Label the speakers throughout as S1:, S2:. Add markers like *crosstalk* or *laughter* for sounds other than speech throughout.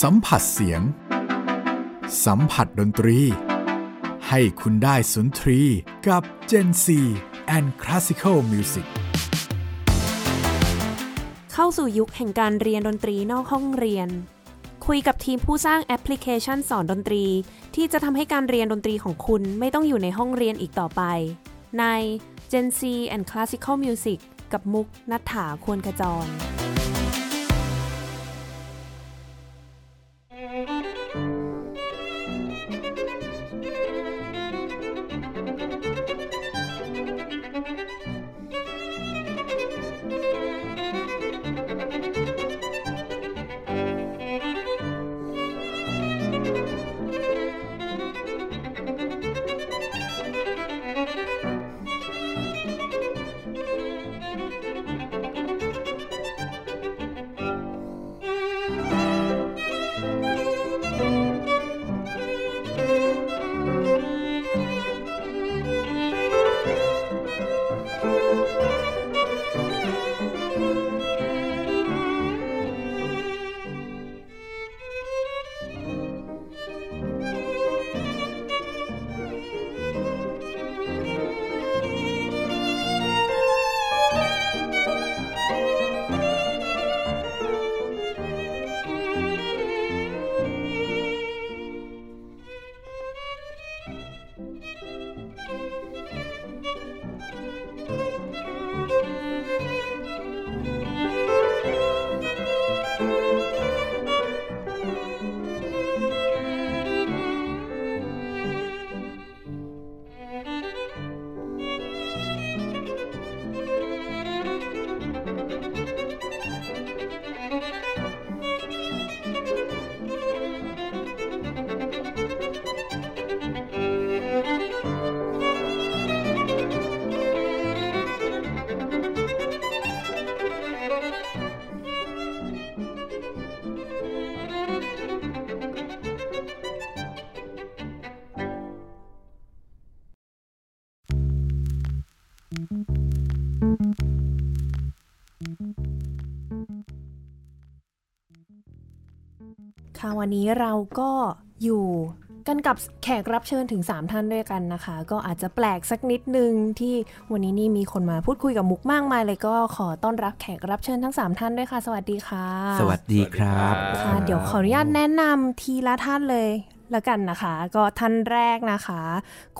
S1: สัมผัสเสียง สัมผัสดนตรี ให้คุณได้สุนทรีกับ Gen C and Classical Music
S2: เข้าสู่ยุคแห่งการเรียนดนตรีนอกห้องเรียน คุยกับทีมผู้สร้างแอปพลิเคชันสอนดนตรี ที่จะทำให้การเรียนดนตรีของคุณไม่ต้องอยู่ในห้องเรียนอีกต่อไป ใน Gen C and Classical Music กับมุกนัฐถาควรกระจร ค่ะวันนี้เราก็อยู่กันกับแขกรับเชิญถึง 3 ท่านด้วยกันนะคะ ก็อาจจะแปลกสักนิดนึงที่วันนี้นี่มีคนมาพูดคุยกับมุกมากมายเลยก็ขอต้อนรับแขกรับเชิญทั้ง 3 ท่านด้วยค่ะ สวัสดีค่ะ
S3: สวัสดีครับ
S2: ค่ะเดี๋ยวขออนุญาตแนะนำทีละท่านเลยละกันนะคะ ก็ท่านแรกนะคะ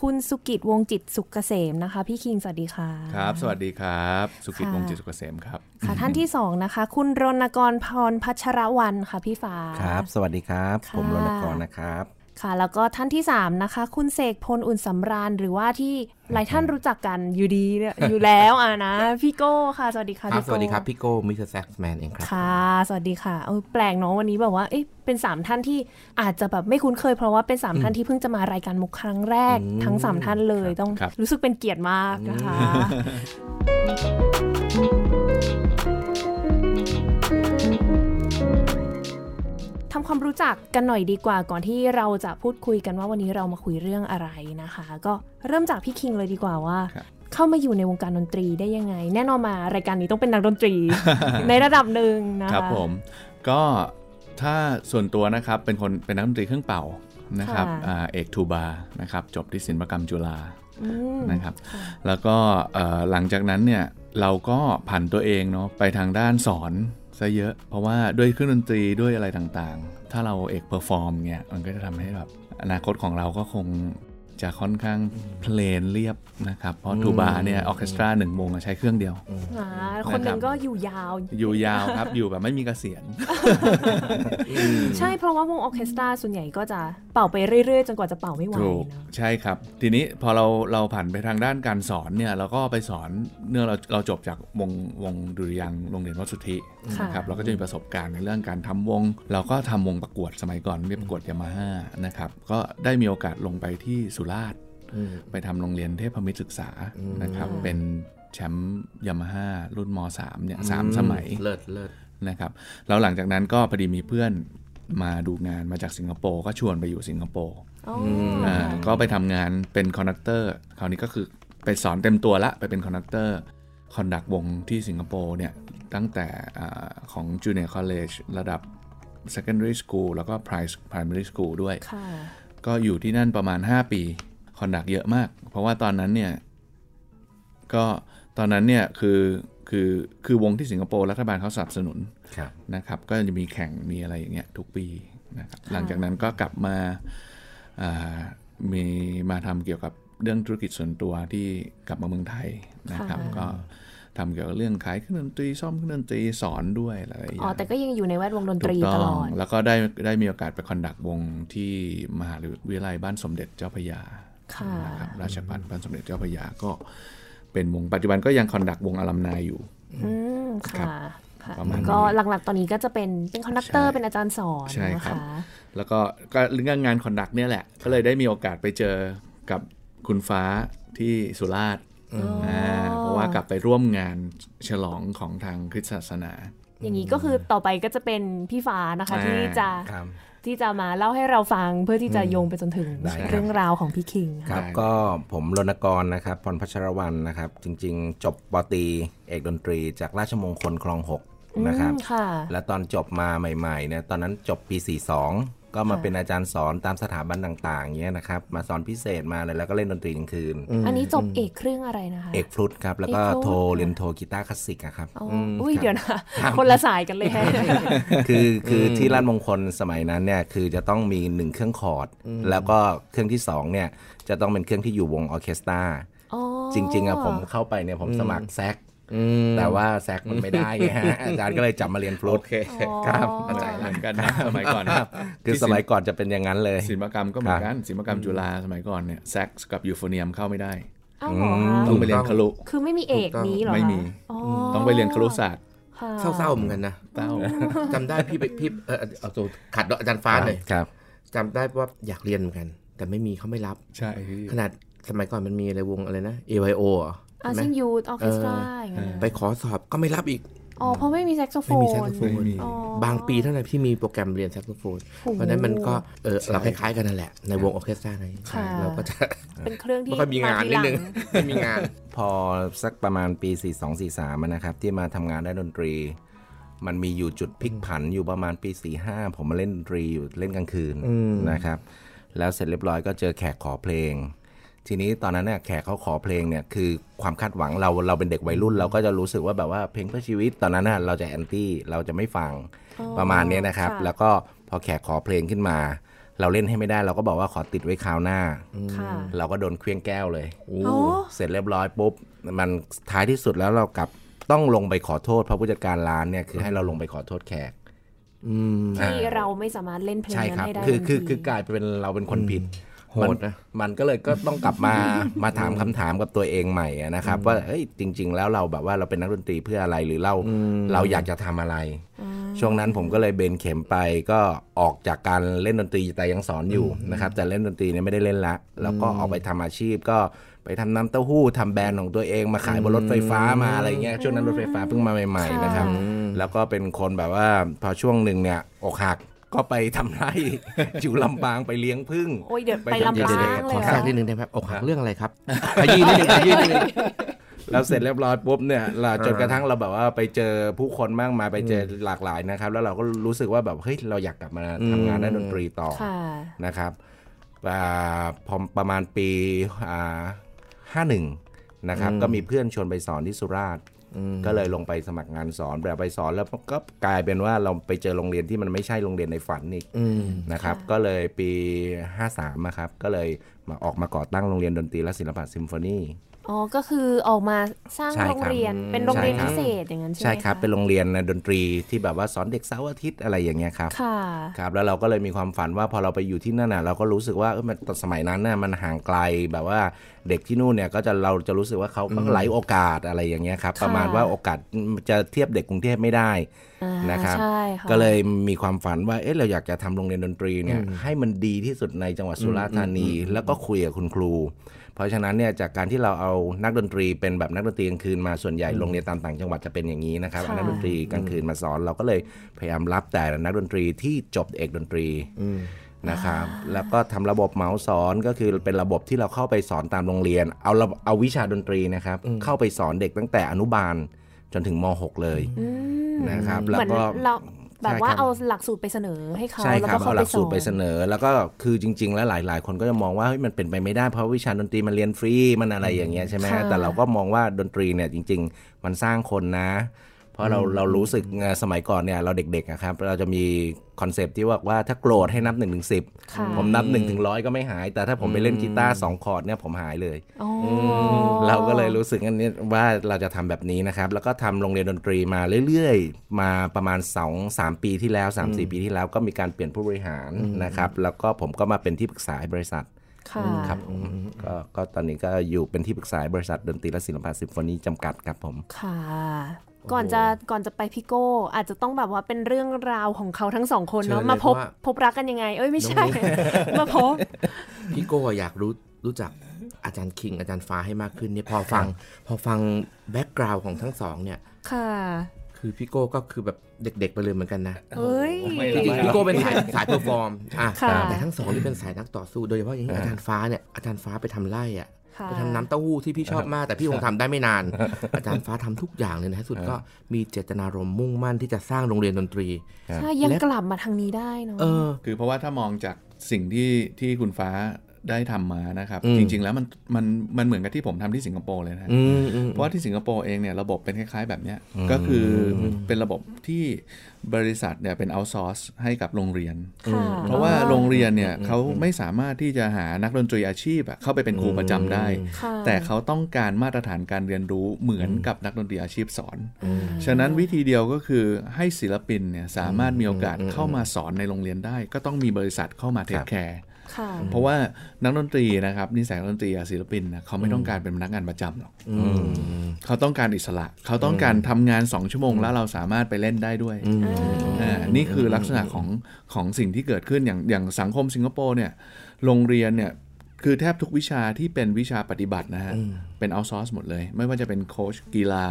S2: คุณสุกิจวงศ์จิตสุกเกษมนะคะ พี่คิงสวัสดีค่ะ
S4: ครับ สวัสดีครับ สุกิต
S2: ค่ะ
S4: วงศ์จิตสุกเกษมครับ
S2: ค่ะท่านที่สองนะคะ คุณรณกรพรพัชรวันค่ะพี่ฟ้า
S3: ครับ สวัสดีครับ
S2: ค่ะ
S3: ผมรณกรนะครับ
S2: ค่ะ แล้วก็ท่านที่ 3 นะคะ คุณเสกพลอุ่นสำราญ หรือว่าที่หลายท่านรู้จักกันอยู่ดีเนี่ย อยู่แล้วอ่ะนะ พี่โก้ค่ะ สวัสดีค่ะพี่โก้
S3: สวัสดีครับ พี่โก้มิสเตอร์แซ็กแมนเองครับ
S2: ค่ะ สวัสดีค่ะเออแปลกเนาะวันนี้แบบว่าเอ๊ะเป็น 3 ท่านที่อาจจะแบบไม่คุ้นเคย เพราะว่าเป็น 3 ท่านที่เพิ่งจะมารายการมุกครั้งแรก
S3: อืม
S2: ทั้ง 3 ท่านเลยต้อง
S4: ครับ
S2: รู้สึกเป็นเกียรติมากนะคะ
S3: อื
S2: ทำความรู้จักกันหน่อยดีกว่าก่อนที่เราจะพูดคุยกันว่าวันนี้เรามาคุยเรื่องอะไรนะคะ ก็เริ่มจากพี่คิงเลยดีกว่าว่า
S4: ครับ
S2: เข้ามาอยู่ในวงการดนตรีได้ยังไง แน่นอนมารายการนี้ต้องเป็นนักดนตรี ในระดับหนึ่งนะคะ
S4: ครับผมก็ถ้าส่วนตัวนะครับเป็นคนเป็นนักดนตรีเครื่องเป่านะครับ
S2: ค่ะ
S4: อ่าเอกทูบานะครับจบที่ศิลปกรรมจุฬา
S2: อืม
S4: นะครับ
S2: ค่ะ
S4: แล้วก็เอ่อหลังจากนั้นเนี่ยเราก็ผันตัวเองเนาะไปทางด้านสอนซะเยอะ เพราะว่าด้วยเครื่องดนตรีด้วยอะไรต่างๆ ถ้าเราเอกเพอร์ฟอร์มเนี่ยมันก็จะทำให้แบบอนาคตของเราก็คงจะค่อนข้างเพลนเรียบนะครับเพราะทูบาเนี่ยออเคสตราหนึ่งวงอะใช้เครื่องเดียว
S2: อ่าคนหนึ่งก็อยู่ยาว
S4: อยู่ยาวครับ อยู่แบบไม่มีเกษียณ
S2: ใช่เพราะว่าวงออร์เคสตราส่วนใหญ่ก็จะเป่าไปเรื่อยๆ จนกว่าจะเป่าไม่ไหว
S4: ถูก
S2: เนอะ
S4: ใช่ครับ ทีนี้พอเราเราผ่านไปทางด้านการสอนเนี่ยเราก็ไปสอนเนื่องเราเราจบจากวงวงดุริยางค์โรงเรียนวัดสุทธิ
S2: ค่ะ
S4: นะครับเราก็จะมีประสบการณ์ในเรื่องการทำวง เราก็ทำวงประกวดสมัยก่อนเรียกประกวดยามาฮ่านะครับก็ได้มีโอกาสลงไปที่สุราษฎร์
S3: อืม
S4: ไปทำโรงเรียนเทพมิตรศึกษานะครับเป็นแชมป์ยามาฮ่ารุ่นมสามเนี่ยสามสมัย
S3: เลิศเลิศ
S4: นะครับแล้วหลังจากนั้นก็พอดีมีเพื่อนมาดูงานมาจากสิงคโปร์ก็ชวนไปอยู่สิงคโปร์
S2: อ๋อ
S4: อ่าก็ไปทำงานเป็นคอนดักเตอร์คราวนี้ก็คือไปสอนเต็มตัวละไปเป็นคอนดักเตอร์คอนดักวงที่สิงคโปร์เนี่ยตั้งแต่อาของ Junior College ระดับ secondary school แล้วก็ pri- primary school ด้วย
S2: ค่ะ
S4: ก็อยู่ที่นั่นประมาณ 5 ปีคอนดักเยอะมาก เพราะว่าตอนนั้นเนี่ย ก็ตอนนั้นเนี่ยคือคือคือวงที่สิงคโปร์รัฐบาลเขาสนับสนุน
S3: ครับ
S4: นะครับ ก็จะมีแข่งมีอะไรอย่างเงี้ยทุกปีนะครับหลังจากนั้นก็กลับมาอ่ามีมาทำเกี่ยวกับเรื่องธุรกิจส่วนตัวที่กลับมาเมืองไทยนะครับ
S2: ค่ะ
S4: ก็ทำเกี่ยวกับเรื่องขายเครื่องดนตรีซ่อมเครื่องดนตรีสอนด้วยอะไรอย่าง
S2: อ๋อ
S4: เงี้ย
S2: แต่ก็ยังอยู่ในแวดวงดน
S4: ถู
S2: ต
S4: ก
S2: รี
S4: ต้
S2: ต
S4: อ
S2: ล
S4: ง
S2: อด
S4: แล้วก็ได้ได้มีโอกาสไปคอนดักวงที่มหาวิทยาลัยบ้านสมเด็จเจ้าพระยา
S2: ค่ะ
S4: นะครับราชพัฒบ้านสมเด็จเจ้าพระยาก็เป็นวงปัจจุบันก็ยังคอนดักวงอลัมนายอยู่
S2: อืม
S4: ครั
S2: ค่ะ
S4: บ
S2: ค่ะ
S4: ประมาณนี้
S2: ก็หลักๆ ตอนนี้ก็จะเป็นเป็นคอนดักเตอ
S4: ใช่
S2: ร์เป็นอาจารย์สอน
S4: ใช่
S2: นะ
S4: ครั
S2: คะ
S4: บ แล้วก็ก็เรื่องงานคอนดักเนี่ยแหละ ก็เลยได้มีโอกาสไปเจอกับคุณฟ้าที่สุราษฎร์าเพราะว่ากลับไปร่วมงานฉลองของทางคริสตศาสนา
S2: อย่างนี้ก็คือต่อไปก็จะเป็นพี่ฟ้านะคะ
S4: อ่า
S2: ที่จะ
S3: ครับ
S2: ที่จะมาเล่าให้เราฟังเพื่อที่จะโยงไปจนถึง
S3: ได้ครับ
S2: เรื่องราวของพี่คิง
S3: ค
S2: ค่ะ
S3: รับ ก็ผมรณกรนะครับพรพัชรวันนะครับ จริง ๆ จบปตรีเอกดนตรีจากราชมงคลคลองหกนะครับ
S2: อืมค่ะ
S3: และตอนจบมาใหม่ๆเนี่ยตอนนั้นจบปี 42 ก็มาเป็นอาจารย์สอนตามสถาบันต่างๆเงี้ยนะครับ มาสอนพิเศษมาเลยแล้วก็เล่นดนตรีกลางคืน
S2: อันนี้จบเอกเครื่องอะไรนะคะ
S3: เอกฟลุตครับ แล้วก็
S2: เอกฟลุต
S3: โทรเรียนโทรกีตาร์คลาสสิกอะครับ
S2: อ๋ออ
S3: ม
S2: อุ้ย
S3: ครับ
S2: เดี๋ยวนะ คนละสายกันเลยฮะ
S3: *laughs* คือคือที่ร้านมงคลสมัยนั้นเนี่ยคือจะต้องมีหนึ่งเครื่องคอร์ด แล้วก็เครื่องที่สองเนี่ยจะต้องเป็นเครื่องที่อยู่วงออร์เคสตรา
S2: อ๋อ
S3: จริง ๆอะผมเข้าไปเนี่ยผมสมัครแซกแต่ว่าแซกมันไม่ได้ไงฮ *laughs* ะอาจารย์ก็เลยจับมาเรียนฟลุตครับอาจารย์
S4: เหมือนกันนะสมัยก่อน
S3: ครับคือสมัยก่อนจะเป็นอย่างนั้นเลย
S4: ศิลปกรรมก็เหมือนกันศิลปกรรมจุฬาสมัยก่อนเนี่ยแซกซ์กับยูโฟเนียมเข้าไม่ได้
S2: อ้าวเหรอ
S3: อื
S2: คะ
S3: ม
S4: ต้องไปเรียนคารุ
S2: คือไม่มีเอกนี้เหรอคะ
S4: ไม่มี
S2: อ๋อ
S4: ต้องไปเรียนครุศาสตร์
S2: ค่ะ
S5: เศร้าๆเหมือนกันนะ
S4: เต้า
S5: จำได้พี่ไปพี่เออเอาตัวขัดเนอะอาจารย์ฟ้าเลย
S3: ครับ
S5: จำได้ว่าอยากเรียนเหมือนกัน แต่ไม่มีเขาไม่รับ
S4: ใช่
S5: ขนาดสมัยก่อนมันมีอะไรวงอะไรนะ A Y O อ่ะ
S2: อา
S5: ใช่ไหม
S2: เซียนยูทออเคสตราอย่างเงี้ย
S5: ไปขอสอบก็ไม่รับอีก
S2: อ๋อ เพราะไม่มีแซกโซโฟน
S5: ไม่มีแซกโซโฟน
S2: อ๋อ
S5: บางปีเท่านั้นที่มีโปรแกรมเรียนแซกโซโฟน เพราะฉะนั้นมันก็เออเราคล้ายๆกันนั่นแหละ ในวงออร์เคสตราใน
S2: ค่ะ
S5: เราก็จะ
S2: เป็นเครื่องที่
S5: ไม่ค่อยมีงาน
S2: ทีห
S5: นิด
S2: ลั *laughs*
S5: นึง ไม่มีงาน
S3: พอสักประมาณปี 42-43อะนะครับ ที่มาทำงานด้านดนตรี มันมีอยู่จุดพลิกผันอยู่ประมาณปี 45 ผมมาเล่นดนตรีอยู่เล่นกลางคืนนะครับ แล้วเสร็จเรียบร้อยก็เจอแขกขอเพลง ทีนี้ตอนนั้นเนี่ยแขกเขาขอเพลงเนี่ยคือความคาดหวังเราเราเป็นเด็กวัยรุ่น เราก็จะรู้สึกว่าแบบว่าเพลงเพื่อชีวิตตอนนั้นน่ะเราจะแอนตี้เราจะไม่ฟังประมาณเนี้ยนะครับ
S2: ค่ะ
S3: แล้วก็พอแขกขอเพลงขึ้นมา เราเล่นให้ไม่ได้เราก็บอกว่าขอติดไว้คราวหน้า
S2: ค่ะ
S3: เราก็โดนเครื่องแก้วเลย
S2: อ๋อ
S3: เสร็จเรียบร้อยปุ๊บ มันท้ายที่สุดแล้วเรากลับต้องลงไปขอโทษเพราะผู้จัดการร้านเนี่ยคือให้เราลงไปขอโทษแขก
S2: ที่เราไม่สามารถเล่นเพลง
S3: ใช่
S2: นั้
S3: คนรับ
S2: ให้ได้
S3: คือ
S2: ทัน
S3: คือ
S2: ที
S3: คือกลายเป็นเราเป็นคนผิด
S5: โหดนะ
S3: มัมันก็เลยก็ต้องกลับ *laughs* มา มาถามคำถามกับตัวเองใหม่อะนะครับ ว่าเฮ้ยจริง ๆ แล้วเราแบบว่าเราเป็นนักดนตรีเพื่ออะไรหรือเราเราอยากจะทำอะไร ช่วงนั้นผมก็เลยเบนเข็มไปก็ออกจากการเล่นดนตรีแต่ยังสอนอยู่นะครับ แต่เล่นดนตรีเนี่ยไม่ได้เล่นละแล้วก็ออกไปทำอาชีพก็ไปทำน้ำเต้าหู้ทำแบรนด์ของตัวเองมาขายบนรถไฟฟ้ามาอะไรเงี้ยช่วงนั้นรถไฟฟ้าเพิ่งมาใหม่ ๆ นะครับ
S2: ค่ะ
S3: แล้วก็เป็นคนแบบว่าพอช่วงหนึ่งเนี่ยอกหักก็ไปทำไร่ *laughs* อยู่ลำปางไปเลี้ยงพึ่ง
S2: โอ้ยเดี๋ยวไป
S3: ทำ
S2: ลำปาง
S3: กิจกรรม
S2: เลยเห
S5: ขอ
S2: ร
S5: แทรกนิดนึงได้ไหมครับอกหักเรื่องอะไรครับขยี้นิดนึงขยี้นิดนึง
S3: แล้วเสร็จเรียบร้อยปุ๊บเนี่ยเราจนกระทั่งเราแบบว่าไปเจอผู้คนมากมายไปเจอหลากหลายนะครับ แล้วเราก็รู้สึกว่าแบบเฮ้ยเราอยากกลับมาทำงานด้านดนตรีต่อ
S2: ค่ะ
S3: นะครับอ่าพอประมาณปีห้าหนึ่งนะครับ ก็มีเพื่อนชวนไปสอนที่สุราษฎร์ก็เลยลงไปสมัครงานสอนแบบไปสอนแล้วก็กลายเป็นว่าเราไปเจอโรงเรียนที่มันไม่ใช่โรงเรียนในฝันอีกนะครับ ก็เลยปี 53นะครับก็เลยมาออกมาก่อตั้งโรงเรียนดนตรีและศิลปะซิมโฟนี
S2: อ๋อ ก็คือออกมาสร้าง
S3: ใช่ครับ
S2: โรงเรียน เป็นโรงเรียน
S3: ใช่ครับ
S2: พิเศษอย่างนั้นใช่ไหม
S3: ใช่ครับ
S2: ะ
S3: เป็นโรงเรียนดนตรีที่แบบว่าสอนเด็กเสาร์อาทิตย์อะไรอย่างเงี้ยครับ
S2: ค่ะ
S3: ครับ แล้วเราก็เลยมีความฝันว่าพอเราไปอยู่ที่นั่นน่ะเราก็รู้สึกว่าเออมันตอนสมัยนั้นน่ะมันห่างไกลแบบว่าเด็กที่นู่นเนี่ยก็จะเราจะรู้สึกว่าเขาก็ไร้โอกาสอะไรอย่างเงี้ยครับ
S2: ค่ะ
S3: ประมาณว่าโอกาสจะเทียบเด็กกรุงเทพไม่ได้
S2: อ่า
S3: นะครับ
S2: ใช่ค่ะ
S3: ก็เลยมีความฝันว่าเอ๊ะเราอยากจะทำโรงเรียนดนตรีเนี่ยให้มันดีที่สุดในจังหวัดสุราษฎร์ธานี แล้วก็คุยกับคุณครู เพราะฉะนั้นเนี่ยจากการที่เราเอานักดนตรีเป็นแบบนักดนตรีกลางคืนมาส่วนใหญ่โรงเรียนตามต่างจังหวัดจะเป็นอย่างนี้นะครับเอานักดนตรีกลางคืนมาสอนเราก็เลยพยายามรับแต่นักดนตรีที่จบเอกดนตรีนะครับแล้วก็ทำระบบเหมาสอนก็คือเป็นระบบที่เราเข้าไปสอนตามโรงเรียน เอาระเอาวิชาดนตรีนะครับเข้าไปสอนเด็กตั้งแต่อนุบาลจนถึงม .6 เลย
S2: อืม
S3: นะครับ
S2: เห
S3: แล้ว
S2: มือน
S3: ก็
S2: เรา แบบว่า
S3: ใช่ครับ
S2: เอาหลักสูตรไปเสนอให้เขา
S3: ใช่
S2: แล้ว
S3: ครั
S2: ก็
S3: บ
S2: เขา
S3: เอาห
S2: ไป
S3: ลัก
S2: ส
S3: สู
S2: อ
S3: ตร
S2: น
S3: ไปเสนอ แล้วก็คือจริง ๆ แล้วหลาย ๆ คนก็จะมองว่าเฮ้ยมันเป็นไปไม่ได้เพราะวิชาดนตรีมันเรียนฟรีมันอะไรอย่างเงี้ยใช่ไหมแต่เราก็มองว่าดนตรีเนี่ยจริง ๆ มันสร้างคนนะ เพราะเราเรารู้สึกไงสมัยก่อนเนี่ยเราเด็กๆอะครับเราจะมีคอนเซปต์ที่ว่าว่าถ้าโกรธให้นับ1นึ่งถึงสิ
S2: ค่ะ
S3: ผมนับ1นถึงร้อยก็ไม่หาย แต่ถ้าผมไปเล่นกีตาร์สองคอร์ดเนี่ยผมหายเลย
S2: อ๋อ
S3: เราก็เลยรู้สึกอันนี้ว่าเราจะทำแบบนี้นะครับ แล้วก็ทำโรงเรียนดนตรีมาเรื่อยๆ มาประมาณ 2 3 ปีที่แล้ว 3 4 ปีที่แล้วก็มีการเปลี่ยนผู้บริหารนะครับ แล้วก็ผมก็มาเป็นที่ปรึกษาให้บริษัท
S2: ค่ะ
S3: ครับผมก็ก็ตอนนี้ก็อยู่เป็นที่ปรึกษาให้บริษัทดนตรีและศิลปะซิมโฟนีจำกัดครับผม
S2: ค่ะ ก่อนจะก่อนจะไปพี่โก้อาจจะต้องแบบว่าเป็นเรื่องราวของเขาทั้งสองคนเนาะ
S5: เชิญเลย
S2: มาพบ
S5: ว่า
S2: พบรักกันยังไง เอ้ยไม่ใช่ *laughs* มาพบ
S5: พี่โก้อยากรู้รู้จักอาจารย์คิงอาจารย์ฟ้าให้มากขึ้นเนี่ยพอฟัง พอฟังแบ็กกราวของทั้งสองเนี่ย
S2: ค่ะ
S5: คือพี่โก้ก็คือแบบเด็ก ๆ ไปเลยเหมือนกันนะ
S2: เฮ้ย
S5: จริงๆพี่โก้เป็นสายสายเพอร์ฟอร์มอ่ะ
S2: ค่ะ
S5: แต่ทั้งสองนี่เป็นสายนักต่อสู้โดยเฉพาะอย่างยิ่งอาจารย์ฟ้าเนี่ยอาจารย์ฟ้าไปทำไร่อ่ะ
S2: ค่ะ
S5: ไปทำน้ำเต้าหู้ที่พี่ชอบมาก แต่พี่คงทำได้ไม่นาน อาจารย์ฟ้าทำทุกอย่างเลยนะที่สุดก็มีเจตนารมณ์มุ่งมั่นที่จะสร้างโรงเรียนดนตรี
S2: ใช่ยังกลับมาทางนี้ได้เนาะ
S5: เออ
S4: คือเพราะว่าถ้ามองจากสิ่งที่ที่คุณฟ้าได้ทำมานะครับ
S5: อืม
S4: จริง ๆ แล้วมันมันมันเหมือนกับที่ผมทำที่สิงคโปร์เลยนะฮะ
S5: อืมอืม
S4: เพราะว่าที่สิงคโปร์เองเนี่ยระบบเป็นคล้ายๆแบบเนี้ยก็คือเป็นระบบที่บริษัทเนี่ยเป็น outsource ให้กับโรงเรียน
S2: ค่ะ
S4: เพราะว่าโรงเรียนเนี่ยเขาไม่สามารถที่จะหานักดนตรีอาชีพอะเข้าไปเป็นครูประจำได้
S2: ค่ะ
S4: แต่เขาต้องการมาตรฐานการเรียนรู้เหมือนกับนักดนตรีอาชีพสอน ฉะนั้นวิธีเดียวก็คือให้ศิลปินเนี่ยสามารถมีโอกาสเข้ามาสอนในโรงเรียนได้ ก็ต้องมีบริษัทเข้ามาเทคแคร์
S2: ค่ะ
S4: เพราะว่านักดนตรีนะครับนิสัยนักดนตรีอะศิลปินนะเขาไม่ต้องการเป็นพนักงานประจำหรอกเขาต้องการอิสระ เขาต้องการทำงานสองชั่วโมงแล้วเราสามารถไปเล่นได้ด้วยอ่านี่คือลักษณะของของสิ่งที่เกิดขึ้นอย่างอย่างสังคมสิงคโปร์เนี่ยโรงเรียนเนี่ยคือแทบทุกวิชาที่เป็นวิชาปฏิบัตินะฮะเป็นเอาซอร์สหมดเลย ไม่ว่าจะเป็นโค้ชกีฬา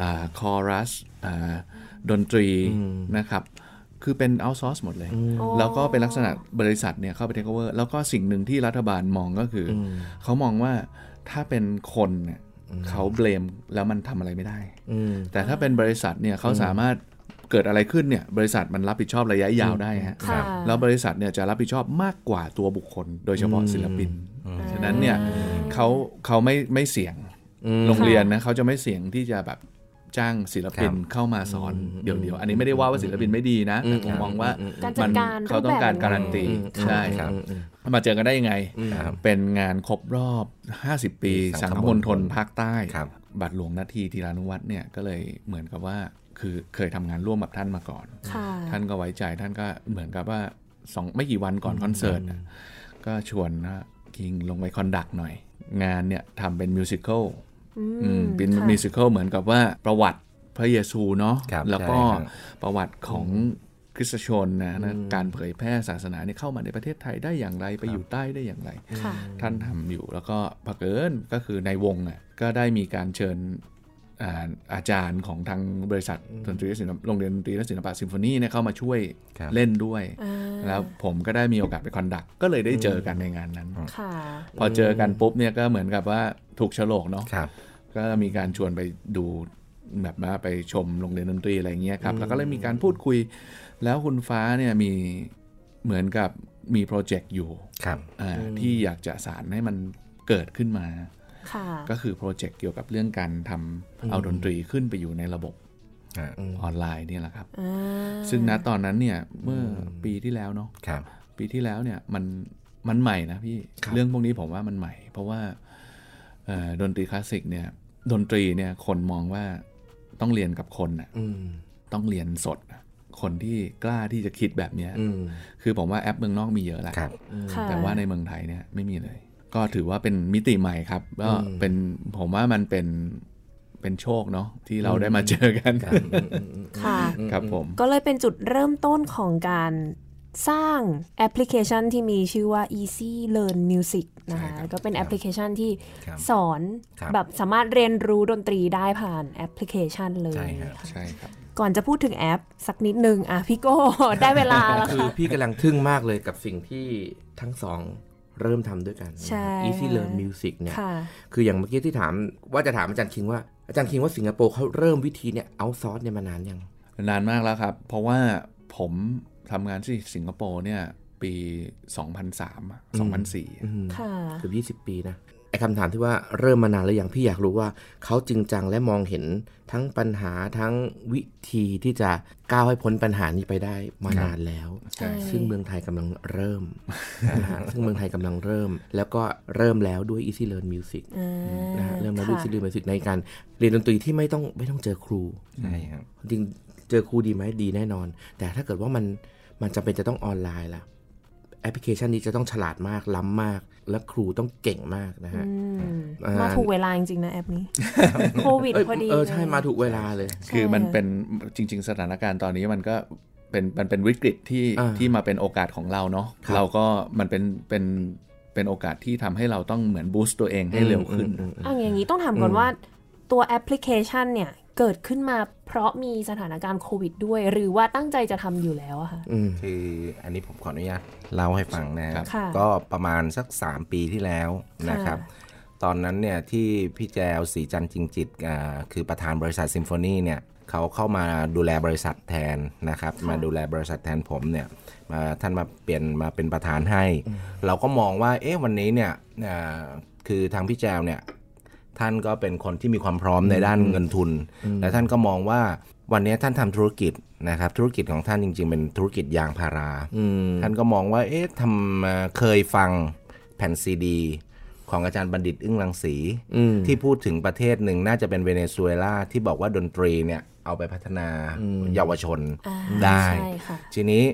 S4: อ่าคอรัสอ่าดนตรีนะครับคือเป็นเอาซอร์สหมดเลย แล้วก็เป็นลักษณะ บริษัทเนี่ยเข้าไปเทคโอเวอร์แล้วก็สิ่งหนึ่งที่รัฐบาลมองก็คืออเขามองว่าถ้าเป็นคนเนี่ยเขาเบลมแล้วมันทำอะไรไม่ได้ แต่ถ้าเป็นบริษัทเนี่ยเขาสามารถเกิดอะไรขึ้นเนี่ยบริษัทมันรับผิดชอบระยะยาวได้ฮะ
S2: ค่ะ
S4: แล้วบริษัทเนี่ยจะรับผิดชอบมากกว่าตัวบุคคล โดยเฉพาะศิลปิน ฉะนั้นเนี่ยเขาเขาไม่ไม่เสี่ยงโรงเรียนนะเขาจะไม่เสี่ยงที่จะแบบจ้างศิลปินเข้ามาสอนเดี๋ยวๆอันนี้ไม่ได้ว่าว่าศิลปินไม่ดีนะแต่ผมมองว่า
S2: การจัด
S4: มัน
S2: การ
S4: เขาต้องการ
S2: รูปแบบ
S4: การันตี ใช่
S3: ครับ
S4: มาเจอกันได้ยังไง
S3: ครับ
S4: เป็นงานครบรอบ 50 ปี
S3: สั
S4: สั
S3: งค
S4: งค
S3: ม
S4: ม
S3: ณ
S4: ณ
S3: ฑ
S4: ฑ
S3: ล
S4: ลภาคใต้
S3: ครับ
S4: บัตรหลวงนาทีธีรานุวัฒน์เนี่ยก็เลยเหมือนกับว่าคือเคยทำงานร่วมกับท่านมาก่อน
S2: ค่ะ
S4: ท่านก็ไว้ใจท่านก็เหมือนกับว่าสองไม่กี่วันก่อนคอนเสิร์ตน่ะก็ชวนว่าคิงลงไปคอนดักหน่อย งานเนี่ยทำเป็นมิวสิควลอืมเป็น
S2: ค่ะ
S4: มิวสิควลเหมือนกับว่าประวัติพระเยซูเนาะ
S3: ครับ
S4: แล้วก็
S3: ใช่ครับ
S4: ประวัติของคริสตชนนะนะการเผยแพร่ศาสนาเนี่ยเข้ามาในประเทศไทยได้อย่างไรไปอยู่ใต้ได้อย่างไร
S2: ค่ะ
S4: ท่านทำอยู่แล้วก็เผอิญก็คือในวงอ่ะก็ได้มีการเชิญอ่าอาจารย์ของทางบริษัทดนตรีและศิลปโรงเรียนดนตรีและศิลปะซิมโฟนีเนี่ยเข้ามาช่วย
S3: ครับ
S4: เล่นด้วย
S2: อ่า
S4: แล้วผมก็ได้มีโอกาสไปคอนดักก็เลยได้เจอกันในงานนั้น
S2: ค่ะ
S4: พอเจอกันปุ๊บเนี่ยก็เหมือนกับว่าถูกโฉลกเนาะ
S3: ครับ
S4: ก็มีการชวนไปดูแบบว่าไปชมโรงเรียนดนตรีอะไรเงี้ยครับ แล้วก็เลยมีการพูดคุย แล้วคุณฟ้าเนี่ยมีเหมือนกับมีโปรเจกต์อยู่
S3: ครับ
S4: อ่าที่อยากจะสารให้มันเกิดขึ้นมา
S2: ค่ะ
S4: ก็คือโปรเจกต์เกี่ยวกับเรื่องการทำเอาดนตรีขึ้นไปอยู่ในระบบ
S3: อ่า
S4: ออนไลน์เนี่ยแหละครับ
S2: อ่า
S4: ซึ่งณตอนนั้นเนี่ยเมื่ออปีที่แล้วเนาะ
S3: ครับ
S4: ปีที่แล้วเนี่ยมันมันใหม่นะพี่
S5: ครับ
S4: เรื่องพวกนี้ผมว่ามันใหม่ เพราะว่าเอ่อดนตรีคลาสสิกเนี่ยดนตรีเนี่ยคนมองว่าต้องเรียนกับคนน่ะ
S5: อืม
S4: ต้องเรียนสดน่ะคนที่กล้าที่จะคิดแบบเนี้ย
S5: อืม
S4: คือผมว่าแอปเมืองนอกมีเยอะแหละ
S3: ครับ
S2: ค่ะ
S4: แต่ว่าในเมืองไทยเนี่ยไม่มีเลย ก็ถือว่าเป็นมิติใหม่ครับ ก็เป็นผมว่ามันเป็นเป็นโชคเนาะที่เราได้มาเจอกัน
S2: ค่ะ
S4: ครับผม
S2: ก็เลยเป็นจุดเริ่มต้นของการสร้างแอปพลิเคชันที่มีชื่อว่า Easy Learn Music นะคะก็เป็นแอปพลิเคชันที่
S3: ครับ
S2: สอน
S3: ครับ
S2: แบบสามารถเรียนรู้ดนตรีได้ผ่านแอปพลิเคชันเลย
S3: ใช่ครับ
S2: ค่ะ
S4: ใช่ครับ
S2: ก่อนจะพูดถึงแอปสักนิดนึงอ่ะพี่โก้ ได้เวลาแล้ว
S5: คือ
S2: ค่ะ
S5: พี่กำลังทึ่งมากเลยกับสิ่งที่ทั้งสองเริ่มทำด้วยกันนะครับ
S2: ใช่
S5: Easy Learn Music เนี่ย
S2: ค่ะ
S5: คืออย่างเมื่อกี้ที่ถามว่าจะถามอาจารย์คิงว่าอาจารย์คิงว่าสิงคโปร์เขาเริ่มวิธีเนี่ยเอาซอร์สเนี่ยมานานยัง
S4: นานมากแล้วครับ เพราะว่าผมทำงานที่สิงคโปร์เนี่ยปี 2003อะ2004อะ
S2: ค่ะ
S5: เกือบ20 ปีนะไอ้คำถามที่ว่าเริ่มมานานหรือยังพี่อยากรู้ว่าเขาจริงจังและมองเห็นทั้งปัญหาทั้งวิธีที่จะก้าวให้พ้นปัญหานี้ไปได้มานานแล้ว
S2: ใช่
S5: ซึ่งเมืองไทยกำลังเริ่มนะฮะซึ่งเมืองไทยกำลังเริ่ม แล้วก็เริ่มแล้วด้วย Easy Learn Music
S2: อ่า
S5: นะฮะเริ่มแล้วด้วย Easy
S2: ค่ะ
S5: Learn Music ในการเรียนดนตรีที่ไม่ต้องไม่ต้องเจอครู
S3: ใช่ครับ
S5: จริงเจอครูดีไหมดีแน่นอน แต่ถ้าเกิดว่ามันมันจำเป็นจะต้องออนไลน์ล่ะ แอปพลิเคชันนี้จะต้องฉลาดมากล้ำมาก และครูต้องเก่งมากนะฮะ
S2: อืม
S5: อ่าม
S2: มาถูกเวลาจริงๆนะแอปนี้ โควิด
S5: เอ้ย
S2: พอดี
S5: เออใช่
S2: ลย
S5: มาถูกเวลาเลย
S4: คือมันเป็นจริง ๆ สถานการณ์ตอนนี้มันก็เป็นมันเป็นวิกฤตที่
S5: อ่า
S4: ที่มาเป็นโอกาสของเราเนาะ
S5: ครับ
S4: เราก็มันเป็นเป็นเป็นโอกาสที่ทำให้เราต้องเหมือนบูสต์ตัวเองให้เร็วขึ้น
S5: อืมอืมอืม
S2: อ่ะอย่างนี้ต้องถามก่อนว่าตัวแอปพลิเคชันเนี่ยเกิดขึ้นมาเพราะมีสถานการณ์โควิดด้วย หรือว่าตั้งใจจะทำอยู่แล้วอะคะ
S5: อืม
S3: คืออันนี้ผมขออนุญาตเล่าให้ฟังนะค
S4: ครั
S3: รับบ
S2: ค่ะ
S3: ก็ประมาณสัก 3 ปีที่แล้วนะครับ
S2: ค่
S3: ตอนนั้นเนี่ยที่พี่แจวศรีจันทร์จริงจิตอ่าคือประธานบริษัทซิมโฟนีเนี่ยเขาเข้ามาดูแลบริษัทแทนนะครับ มาดูแลบริษัทแทนผมเนี่ยมาท่านมาเปลี่ยนมาเป็นประธานให้ เราก็มองว่าเอ๊ะวันนี้เนี่ยอ่าคือทางพี่แจวเนี่ย ท่านก็เป็นคนที่มีความพร้อมในด้านเงินทุน และท่านก็มองว่าวันนี้ท่านทำธุรกิจนะครับ ธุรกิจของท่านจริง ๆ เป็นธุรกิจยางพารา
S5: อืม
S3: ท่านก็มองว่า เอ๊ะทำเอ่อเคยฟังแผ่นซีดี ของอาจารย์บัณฑิตอึ้งรังสี
S5: อืม
S3: ที่พูดถึงประเทศหนึ่งน่าจะเป็นเวเนซุเอลาที่บอกว่าดนตรีเนี่ย เอาไปพัฒนาเยาวชน
S2: อ่า
S3: ได้
S2: ใช่ค่ะ
S3: ทีนี้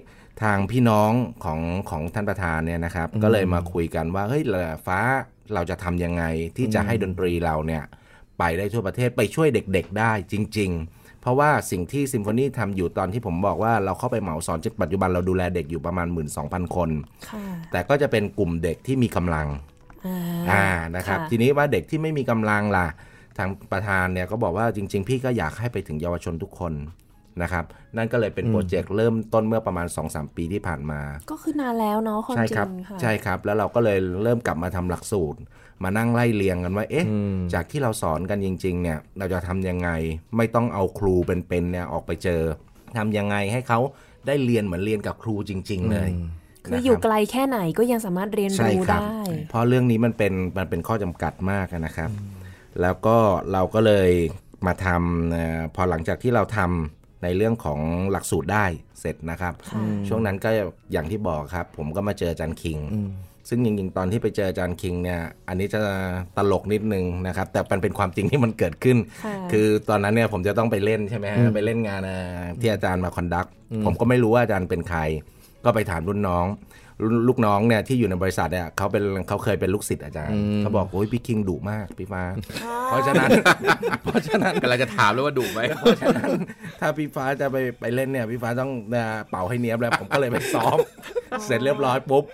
S3: ทางพี่น้องของของท่านประธานเนี่ยนะครับ ก็เลยมาคุยกันว่าเฮ้ยเราฟ้าเราจะทำยังไงที่จะให้ดนตรีเราเนี่ย ไปได้ทั่วประเทศไปช่วยเด็กๆได้จริง ๆ เพราะว่าสิ่งที่ซิมโฟนีทำอยู่ตอนที่ผมบอกว่าเราเข้าไปเหมาสอนจนปัจจุบันเราดูแลเด็กอยู่ประมาณ 12,000 คน
S2: ค่ะ
S3: แต่ก็จะเป็นกลุ่มเด็กที่มีกำลัง
S2: อ่า
S3: อ่า นะครับ ทีนี้ว่าเด็กที่ไม่มีกำลังล่ะ ทางประธานเนี่ยก็บอกว่าจริง ๆ พี่ก็อยากให้ไปถึงเยาวชนทุกคนนะครับ นั่นก็เลยเป็นโปรเจกต์เริ่มต้นเมื่อประมาณ 2-3 ปีที่ผ่านมา
S2: ก็คือนานแล้วเนาะความ
S3: ใช่
S2: จริ
S3: ครั
S2: งค่ะ
S3: ใช่ครับ แล้วเราก็เลยเริ่มกลับมาทำหลักสูตร มานั่งไล่เรียงกันว่า เอ๊ะ จากที่เราสอนกันจริง ๆ เนี่ย เราจะทำยังไง ไม่ต้องเอาครูเป็นๆ เนี่ยออกไปเจอทำยังไงให้เขาได้เรียนเหมือนเรียนกับครูจริง ๆ เลย
S2: คือ
S3: นะ
S2: อ
S3: รั
S2: ยู่
S3: บ
S2: ไกลแค่ไหนก็ยังสามารถเรียน
S3: ใช่
S2: รู้
S3: ครับ
S2: ได้
S3: เพราะเรื่องนี้มันเป็นมันเป็นข้อจำกัดมากอะนะครับ แล้วก็เราก็เลยมาทำเอ่อพอหลังจากที่เราทำในเรื่องของหลักสูตรได้เสร็จนะครับ
S2: ค่ะ
S3: ช่วงนั้นก็อย่างที่บอกครับ ผมก็มาเจออาจารย์คิง ซึ่งจริงๆตอนที่ไปเจออาจารย์คิงเนี่ยอันนี้จะตลกนิดนึงนะครับ แต่มันเป็นความจริงที่มันเกิดขึ้น
S2: ค่ะ
S3: คือตอนนั้นเนี่ยผมจะต้องไปเล่นใช่ไหมฮะไปเล่นงานอ่าที่อาจารย์มาคอนดักผมก็ไม่รู้ว่าอาจารย์เป็นใคร ก็ไปถามรุ่นน้องรุ่นลูกน้องเนี่ยที่อยู่ในบริษัทเนี่ยเขาเป็นเขาเคยเป็นลูกศิษย์อาจารย์เขาบอกโอ้ยพี่คิงดุมากพี่ฟ้า เพราะฉะนั้น เพราะฉะนั้น
S5: กำลังจะถามเลยว่าดุไหม
S3: ถ้าพี่ฟ้าจะไปไปเล่นเนี่ยพี่ฟ้าต้องเอ่อเป่าให้เนี้ยบแล้วผมก็เลยไปซ้อม *laughs* เสร็จเรียบร้อยปุ๊บ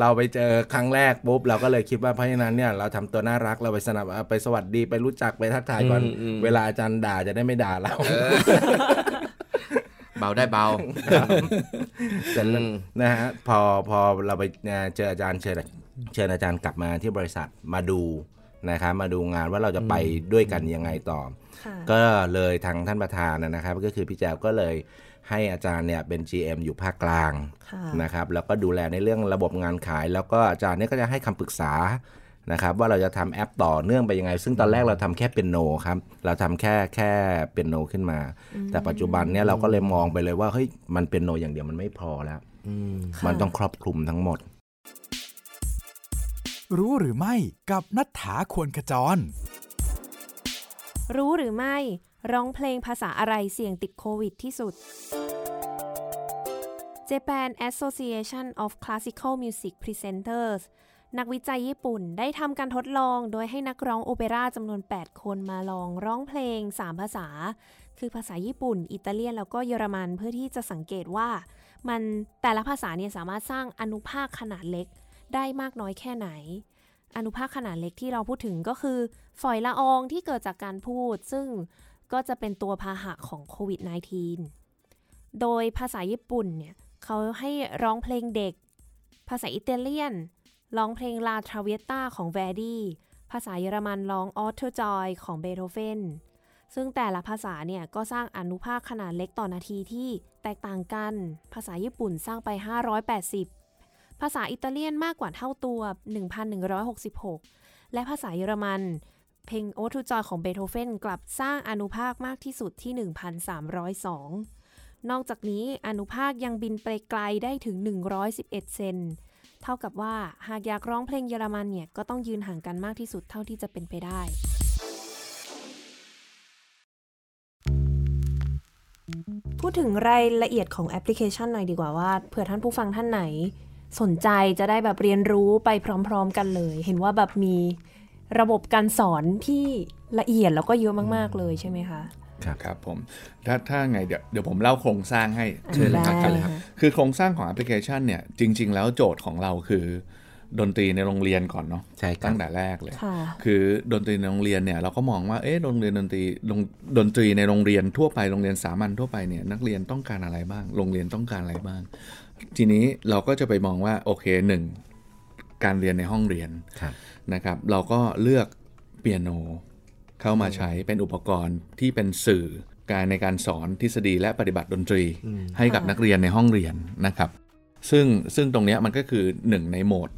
S3: เราไปเจอครั้งแรกปุ๊บ เราก็เลยคิดว่าเพราะฉะนั้นเนี่ยเราทำตัวน่ารักเราไปสนับไปสวัสดีไปรู้จักไปทักทายก่อนเวลาอาจารย์ด่าจะได้ไม่ด่าเรา
S5: เบาได้เบา
S3: เสร็จแล้ว
S5: อืม
S3: นะฮะพอพอเราไปเนี่ยเจออาจารย์เชิญเชิญอาจารย์กลับมาที่บริษัทมาดูนะครับมาดูงานว่าเราจะไปด้วยกันยังไงต่อ
S2: ค่ะ
S3: ก็เลยทางท่านประธานนะนะครับ ก็คือพี่แจวก็เลยให้อาจารย์เนี่ยเป็น GM อยู่ภาคกลาง
S2: ค่ะ
S3: นะครับแล้วก็ดูแลในเรื่องระบบงานขาย แล้วก็อาจารย์เนี่ยก็จะให้คำปรึกษานะครับว่าเราจะทำแอปต่อเนื่องไปยังไง ซึ่งตอนแรกเราทำแค่เปียโนครับเราทำแค่แค่เปียโนขึ้นมา แต่ปัจจุบันเนี่ยเราก็เลยมองไปเลยว่าเฮ้ยมันเปียโนอย่างเดียวมันไม่พอแล้ว
S2: ค่ะ
S3: มันต้องครอบคลุมทั้งหมด
S1: รู้หรือไม่กับนัฐถาควรขจร
S2: รู้หรือไม่ร้องเพลงภาษาอะไรเสี่ยงติดโควิดที่สุด Japan Association of Classical Music Presenters นักวิจัยญี่ปุ่นได้ทำการทดลองโดยให้นักร้องโอเปร่าจำนวน 8 คนมาลองร้องเพลง 3 ภาษา คือภาษาญี่ปุ่น อิตาเลียน แล้วก็เยอรมันเพื่อที่จะสังเกตว่า มันแต่ละภาษาเนี่ยสามารถสร้างอนุภาคขนาดเล็กได้มากน้อยแค่ไหน อนุภาคขนาดเล็กที่เราพูดถึงก็คือ ฝอยละอองที่เกิดจากการพูด ซึ่งก็จะเป็นตัวพาหะของโควิด -19 โดยภาษาญี่ปุ่นเนี่ยเขาให้ร้องเพลงเด็ก ภาษาอิตาเลียน ร้องเพลงลาทราเวต t าของแวร์ดี ภาษาเยอรมันร้องออ t เทอร์จอยของเบโธเฟน ซึ่งแต่ละภาษาเนี่ยก็สร้างอนุภาคขนาดเล็กต่อนาทีที่แตกต่างกัน ภาษาญี่ปุ่นสร้างไป 580 ภาษาอิตาเลียนมากกว่าเท่าตัว 1,166 และภาษาเยอรมัน เพลงโอทูจอยของเบโธเฟนกลับสร้างอนุภาคมากที่สุดที่ 1,302 นอกจากนี้อนุภาคยังบินไปไกลได้ถึง 111 เซน เท่ากับว่าหากอยากร้องเพลงเยอรมันเนี่ยก็ต้องยืนห่างกันมากที่สุดเท่าที่จะเป็นไปได้ พูดถึงรายละเอียดของแอปพลิเคชันหน่อยดีกว่าว่าเผื่อท่านผู้ฟังท่านไหน สนใจจะได้แบบเรียนรู้ไปพร้อมๆกันเลย เห็นว่าแบบมีระบบการสอนที่ละเอียดแล้วก็เยอะมากๆเลยใช่ไหมคะ
S4: ครับผม ถ้าถ้าไงเดี๋ยวเดี๋ยวผมเล่าโครงสร้างให้
S2: อัน
S5: เชิญเลยครับ
S2: แก
S5: เชิญเลยครับ
S2: ะ
S4: คือโครงสร้างของแอปพลิเคชันเนี่ย จริง ๆ แล้วโจทย์ของเราคือ ดนตรีในโรงเรียนก่อนเนาะ
S3: ใช่ครับ
S4: ตั้งแต่แรกเลย
S2: ค่ะ
S4: คือดนตรีในโรงเรียนเนี่ยเราก็มองว่าเอ๊ะโรงเรียนดนตรีโรงดนตรีในโรงเรียนทั่วไปโรงเรียนสามัญทั่วไปเนี่ยนักเรียนต้องการอะไรบ้าง โรงเรียนต้องการอะไรบ้าง ทีนี้เราก็จะไปมองว่าโอเคหนึ่งการเรียนในห้องเรียน
S3: ครับ
S4: นะครับ เราก็เลือกเปียโนเข้ามาใช้เป็นอุปกรณ์ที่เป็นสื่อการในการสอนทฤษฎีและปฏิบัติดนตรี ให้กับ
S2: ค่ะ
S4: นักเรียนในห้องเรียนนะครับ ซึ่งซึ่งตรงเนี้ยมันก็คือหนึ่งในโหมด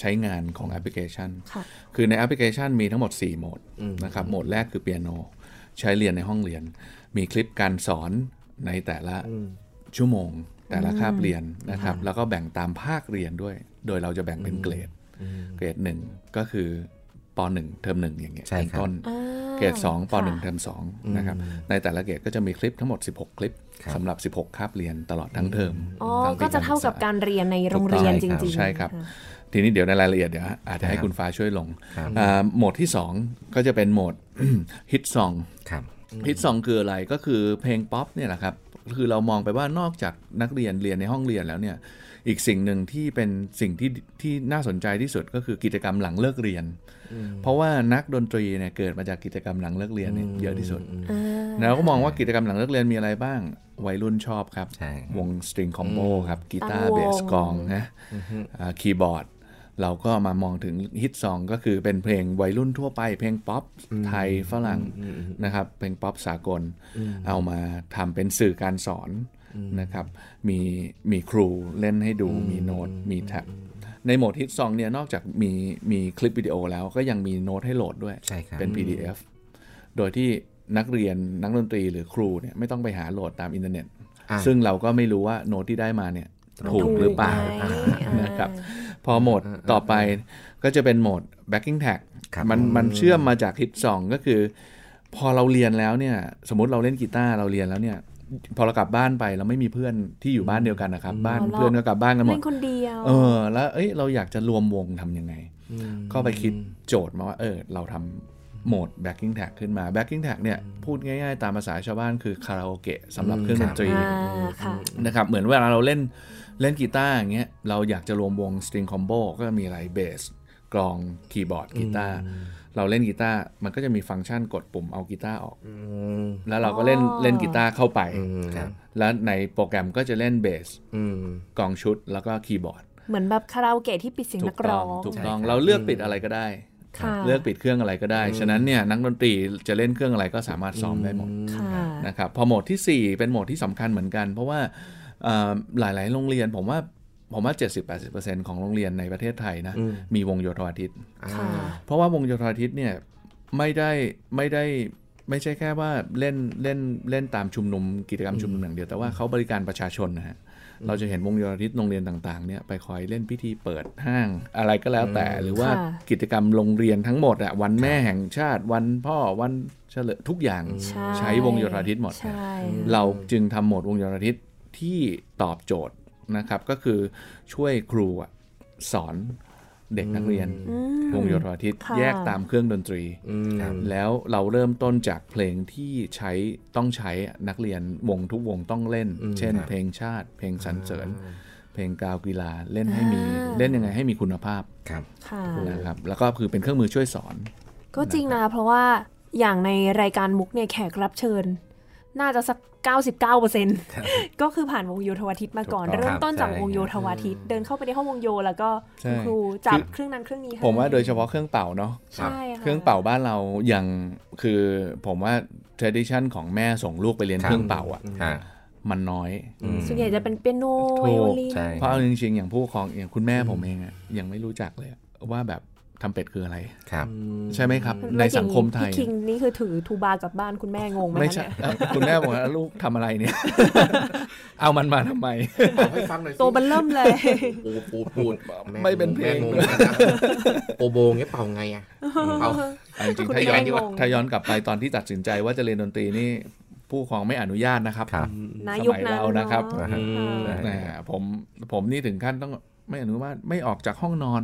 S4: ใช้งานของแอปพลิเคชัน
S2: ค่ะ
S4: คือในแอปพลิเคชันมีทั้งหมด 4 โหมดนะครับ โหมดแรกคือเปียโน ใช้เรียนในห้องเรียน มีคลิปการสอนในแต่ละชั่วโมง แต่ละคาบเรียนนะครับ แล้วก็แบ่งตามภาคเรียนด้วย โดยเราจะแบ่งเป็นเกรด เกรด 1 ก็คือป .1 เทอม1 อย่างเงี้ย
S3: ใช่ครับ
S4: เป็นต้น
S2: อ่า
S4: เกรด2ป
S2: ค่ะ
S4: .1 เทอม2นะครับ ในแต่ละเกรดก็จะมีคลิปทั้งหมด 16 คลิปสำหรับ 16 คาบเรียนตลอดทั้งเทอม
S2: อ๋อ
S4: ทั้งปี
S2: ก็จะเท่ากับ
S4: ศึษ
S2: การเรียนในโรงเรียนจริงๆ
S4: ใช่ครับ
S2: ะ
S4: ทีนี้เดี๋ยวในรายละเอียดเดี๋ยวอาจจะให้คุณฟ้าช่วยลง
S3: ครับ
S4: อ่าโหมดที่ 2 ก็จะเป็นโหมด *clears throat* ฮิตซอง
S3: ครับ
S4: ฮิตซองคืออะไรก็คือเพลงป๊อปเนี่ยแหละครับ คือเรามองไปว่านอกจากนักเรียนเรียนในห้องเรียนแล้วเนี่ย อีกสิ่งหนึ่งที่เป็นสิ่งที่ที่น่าสนใจที่สุดก็คือกิจกรรมหลังเลิกเรียน เพราะว่านักดนตรีเนี่ยเกิดมาจากกิจกรรมหลังเลิกเรียนเนี่ยเยอะที่สุด เราก็มองว่ากิจกรรมหลังเลิกเรียนมีอะไรบ้าง วัยรุ่นชอบครับ
S3: ใช่
S4: วงสตริงคอมโบครับ กีตาร์
S2: ตั้งวง
S4: เบสกลองนะคีย์บอร์ด เราก็มามองถึงฮิตซองก็คือเป็นเพลงวัยรุ่นทั่วไป เพลงป๊อปไทยฝรั่งนะครับ เพลงป๊อปสากล เอามาทำเป็นสื่อการสอนนะครับ มีมีครูเล่นให้ดูมีโน้ตมีแท็บในโหมดฮิตซองเนี่ยนอกจากมีมีคลิปวิดีโอแล้วก็ยังมีโน้ตให้โหลดด้วย
S3: ใช่ครับ
S4: เป็น PDF โดยที่นักเรียนนักดนตรีหรือครูเนี่ยไม่ต้องไปหาโหลดตามอินเทอร์เน็ต
S5: อ่า
S4: ซึ่งเราก็ไม่รู้ว่าโน้ตที่ได้มาเนี่ยถูกหรือเปล่า
S2: ถูกไหม
S4: นะครับพอโหมดต่อไปก็จะเป็นโหมด backing track
S3: ครับ
S4: มันมันเชื่อมมาจากฮิตสองก็คือ พอเราเรียนแล้วเนี่ยสมมติเราเล่นกีตาร์เราเรียนแล้วเนี่ยพอเรากลับบ้านไปเราไม่มีเพื่อนที่อยู่บ้านเดียวกันนะครับ บ้าน
S2: อ๋อเรา
S4: เพื่อนก็กลับบ้านกันหม
S2: เล่
S4: ด
S2: นคนเดียว
S4: เออแล้วเอ้ยเราอยากจะรวมวงทำยังไง ก็ไปคิดโจทย์มาว่าเออเราทำโหมด backing track ขึ้นมา backing track เนี่ยพูดง่ายๆ ตามภาษาชาวบ้านคือคาราโอเกะสำหรับเครื่องดนตรี
S2: อ่าค่ะ
S4: นะครับเหมือนเวลาเราเล่นเล่นกีตาร์อย่างเงี้ยเราอยากจะรวมวงสตริงคอมโบก็มีอะไรเบสกลองคีย์บอร์ดกีตาร์เราเล่นกีตาร์มันก็จะมีฟังก์ชันกดปุ่มเอากีตาร์ออก แล้วเราก็เล่น
S2: อ๋อ
S4: เล่นกีตาร์เข้าไป
S3: ครับ
S4: แล้วในโปรแกรมก็จะเล่นเบส
S5: อืม
S4: กลองชุดแล้วก็คีย์บอร์ด
S2: เหมือนแบบคาราโอเกะที่ปิดเสียง
S4: ถู
S2: นั
S4: ก
S2: ก
S4: ต้
S2: ร้
S4: อ
S2: อง ง
S4: ถูกต้องเราเลือกปิดอะไรก็ได้
S2: ค่ะ
S4: เลือกปิดเครื่องอะไรก็ได้ ฉะนั้นเนี่ยนักดนตรีจะเล่นเครื่องอะไรก็สามารถซ้อมได้หมด
S2: ค่ะ
S4: นะครับพอโหมดทีสี่ 4 เป็นโหมดที่สำคัญเหมือนกัน เพราะว่าเอ่อหลาย ๆ โรงเรียนผมว่าผมว่า 70-80%ของโรงเรียนในประเทศไทยนะมีวงโยธวาทิต
S2: ค่ะ
S4: เพราะว่าวงโยธวาทิตเนี่ยไม่ได้ไม่ได้ไม่ใช่แค่ว่าเล่นเล่นเล่นตามชุมนุมกิจกรรมชุมนุมอย่างเดียวแต่ว่าเขาบริการประชาชนนะฮะเราจะเห็นวงโยธวาทิตโรงเรียนต่างๆเนี่ยไปคอยเล่นพิธีเปิดห้างอะไรก็แล้วแต่หรือว่า
S2: ค่ะ
S4: กิจกรรมโรงเรียนทั้งหมดอะวันแม่แห่งชาติวันพ่อวันเฉลิมทุกอย่างใช้วงโยธวาทิตหมด
S2: ใช่
S4: เราจึงทำโหมดวงจรอาทิตย์ที่ตอบโจทย์นะครับ ก็คือช่วยครูอะสอนเด็กนักเรียน
S2: อืม
S4: วงโยธวาทิตย์
S2: ค่ะ
S4: แยกตามเครื่องดนตรี แล้วเราเริ่มต้นจากเพลงที่ใช้ต้องใช้นักเรียนวงทุกวงต้องเล่น เช่น เพลงชาติ เพลงสรรเสริญ เพลงกราวกีฬาเล่นให้มีเล่นยังไงให้มีคุณภาพ
S3: ครับ
S2: ค่ะ
S4: นะครับแล้วก็คือเป็นเครื่องมือช่วยสอน
S2: ก็จริงนะ เพราะว่าอย่างในรายการมุกเนี่ยแขกรับเชิญ น่าจะสัก 99%ก็คือผ่านวงโยธวาทิตมาก่อน
S4: ถูกต้อง
S2: เริ่มต้นจาก
S3: ครับ
S2: วงโยธวาทิต เดินเข้าไปในห้องวงโยแล้วก็
S4: ใช่
S2: คุณครูจับ
S4: คือ
S2: เครื่องนั้นเครื่องนี้ให้
S4: ผมว่าโดยเฉพาะเครื่องเป่าเนาะ
S2: ใช่ค่ะ
S4: เครื่องเป่าบ้านเรายังคือผมว่า tradition ของแม่ส่งลูกไปเรียน
S3: ครับ
S4: เครื่องเป่าอ่ะ
S3: ฮะ
S4: มันน้อย
S3: อืม
S2: ส่วนใหญ่จะเป็นเปียโนไวโอลิน
S3: ใช่
S4: เพราะเอาจริงๆอย่างผู้ปกครองอย่างคุณแม่ผมเองอะยังไม่รู้จักเลยอะว่าแบบทำเป็ดคืออะไร
S3: ครับ
S4: ใช่ไหมครับ ในสังคมไทย
S2: พี่คิงนี่คือถือทูบากลับบ้านคุณแม่งงไหม
S4: ไม่
S2: คะ
S4: ใช่
S2: เนี่ย
S4: เอ่อคุณแม่บอกว่าลูกทำอะไรเนี่ย *laughs* เอามันมาทำไม
S5: เอาให้ฟังหน่อยสิ
S2: ตัวมันเริ่ม
S4: *laughs*
S2: เลย
S5: ปูปูปูดแ
S4: ไม่เป็นเพลง
S5: แม่งงโอโบงเงี้ยเป่าไงอ่ะเป่า
S4: เอาจริง
S2: คุณ
S4: ๆถ้าย้อน
S2: แม่งง
S4: ถ้าย้อนกลับไปตอนที่ตัดสินใจว่าจะเรียนดนตรีนี่ ผู้ปกครองไม่อนุญาตนะครับ
S3: ครับ
S2: นะ
S4: สมัย
S2: ยุคนั้น
S4: เรานะครับ
S2: เนอะ
S3: อื
S2: ค่ะ
S4: แหมผมผมนี่ถึงขั้นต้องไม่อนุญาตไม่ออกจากห้องนอน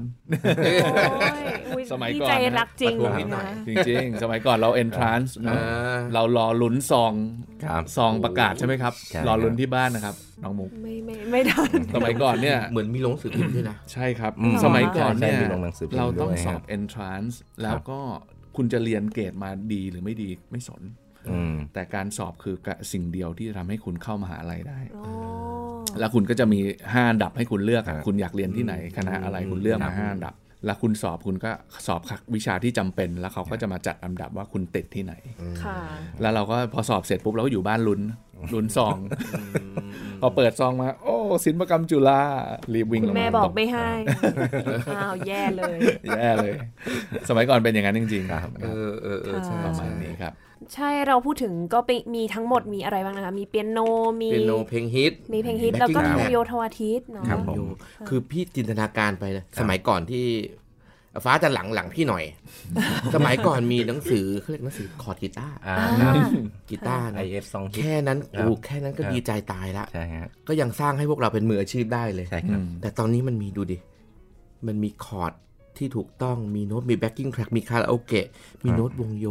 S2: โอ้
S4: สมัย
S2: นี่
S4: ก่อน
S2: ใจ
S4: นะ
S2: รักจริง
S4: ประท้วนิดหน่
S2: นะ
S4: อยจริงๆ สมัยก่อนเรา entrance เนอะ
S5: อ่า
S4: เรารอลุ้นซอง
S3: ครับ
S4: ซองประกาศใช่ไหมครับ
S3: ใช่ครับ
S4: รอลุ้นที่บ้านนะครับ น้องมุก
S2: ไม่ไม่ไม่ทัน
S4: สมัยก่อนเนี่ย
S5: เหมือนมีลงสือพิมพ์ด้วยนะ
S4: ใช่ครับ
S3: อืม
S4: สมัยก่อน
S3: ใช่
S4: เนี่ย
S3: มีลงหนังสือพิมพ์
S4: เราต้อง
S3: ด้วยฮะ
S4: สอบ entrance แล้วก็คุณจะเรียนเกรดมาดีหรือไม่ดีไม่สน
S3: อืม
S4: แต่การสอบคือสิ่งเดียวที่จะทำให้คุณเข้ามหาลัยได้ แล้วคุณก็จะมี 5 อันดับให้คุณเลือก
S3: ค
S4: อะ
S3: รับ
S4: คุณอยากเรียนที่ไหนคณะอะไรคุณเลือกมาห้าอันดับ แล้วคุณสอบคุณก็สอบวิชาที่จำเป็น แล้วเขาก็จะมาจัดอันดับว่าคุณติดที่ไหน
S2: ค่ะ
S4: แล้วเราก็พอสอบเสร็จปุ๊บเราก็อยู่บ้านลุ้นลุ้นซอง พอเปิดซองมา โอ้ศิลปกรรมจุฬารีบวิ่ง
S2: คุ
S4: ล
S2: ณ
S4: ง
S2: แม่บอก
S4: ต
S2: ไม่ให้ อ้าว แย่เลย
S4: แย่เลย สมัยก่อนเป็นอย่างนั้นจริงๆ
S3: ครับ
S5: เออเออเออใช่
S4: ประมาณนี้ครับ
S2: ใช่เราพูดถึงก็ไปมีทั้งหมดมีอะไรบ้างนะคะ มีเปียโน มี
S5: เปียโนเพลงฮิต
S2: มีเพลงฮิต แล้วก็
S5: backing
S2: มี
S5: track
S2: โยธวาทิตเนาะ
S3: ครับผม
S5: โยคือพี่จินตนาการไปนะสมัยก่อนที่ฟ้าจะหลังหลังพี่หน่อย สมัยก่อนมีหนังสือ *laughs* เขาเรียกหนังสือคอร์ดกีตาร์
S3: อ่า
S2: อ่า
S5: กีตาร์นะ
S3: ไอเอฟซองคิด
S5: แค่นั้น
S3: ครับ
S5: โอ้แค่นั้นก็ดีใจตายละ
S3: ใช่ฮะ
S5: ก็ยังสร้างให้พวกเราเป็นมืออาชีพได้เลย
S3: ใช่ครับ
S5: แต่ตอนนี้มันมีดูดิ มันมีคอร์ดที่ถูกต้องมีโน้ตมีแบ็กกิ้งแทร็กมีคาราโอเกะมีโน้ตวงโย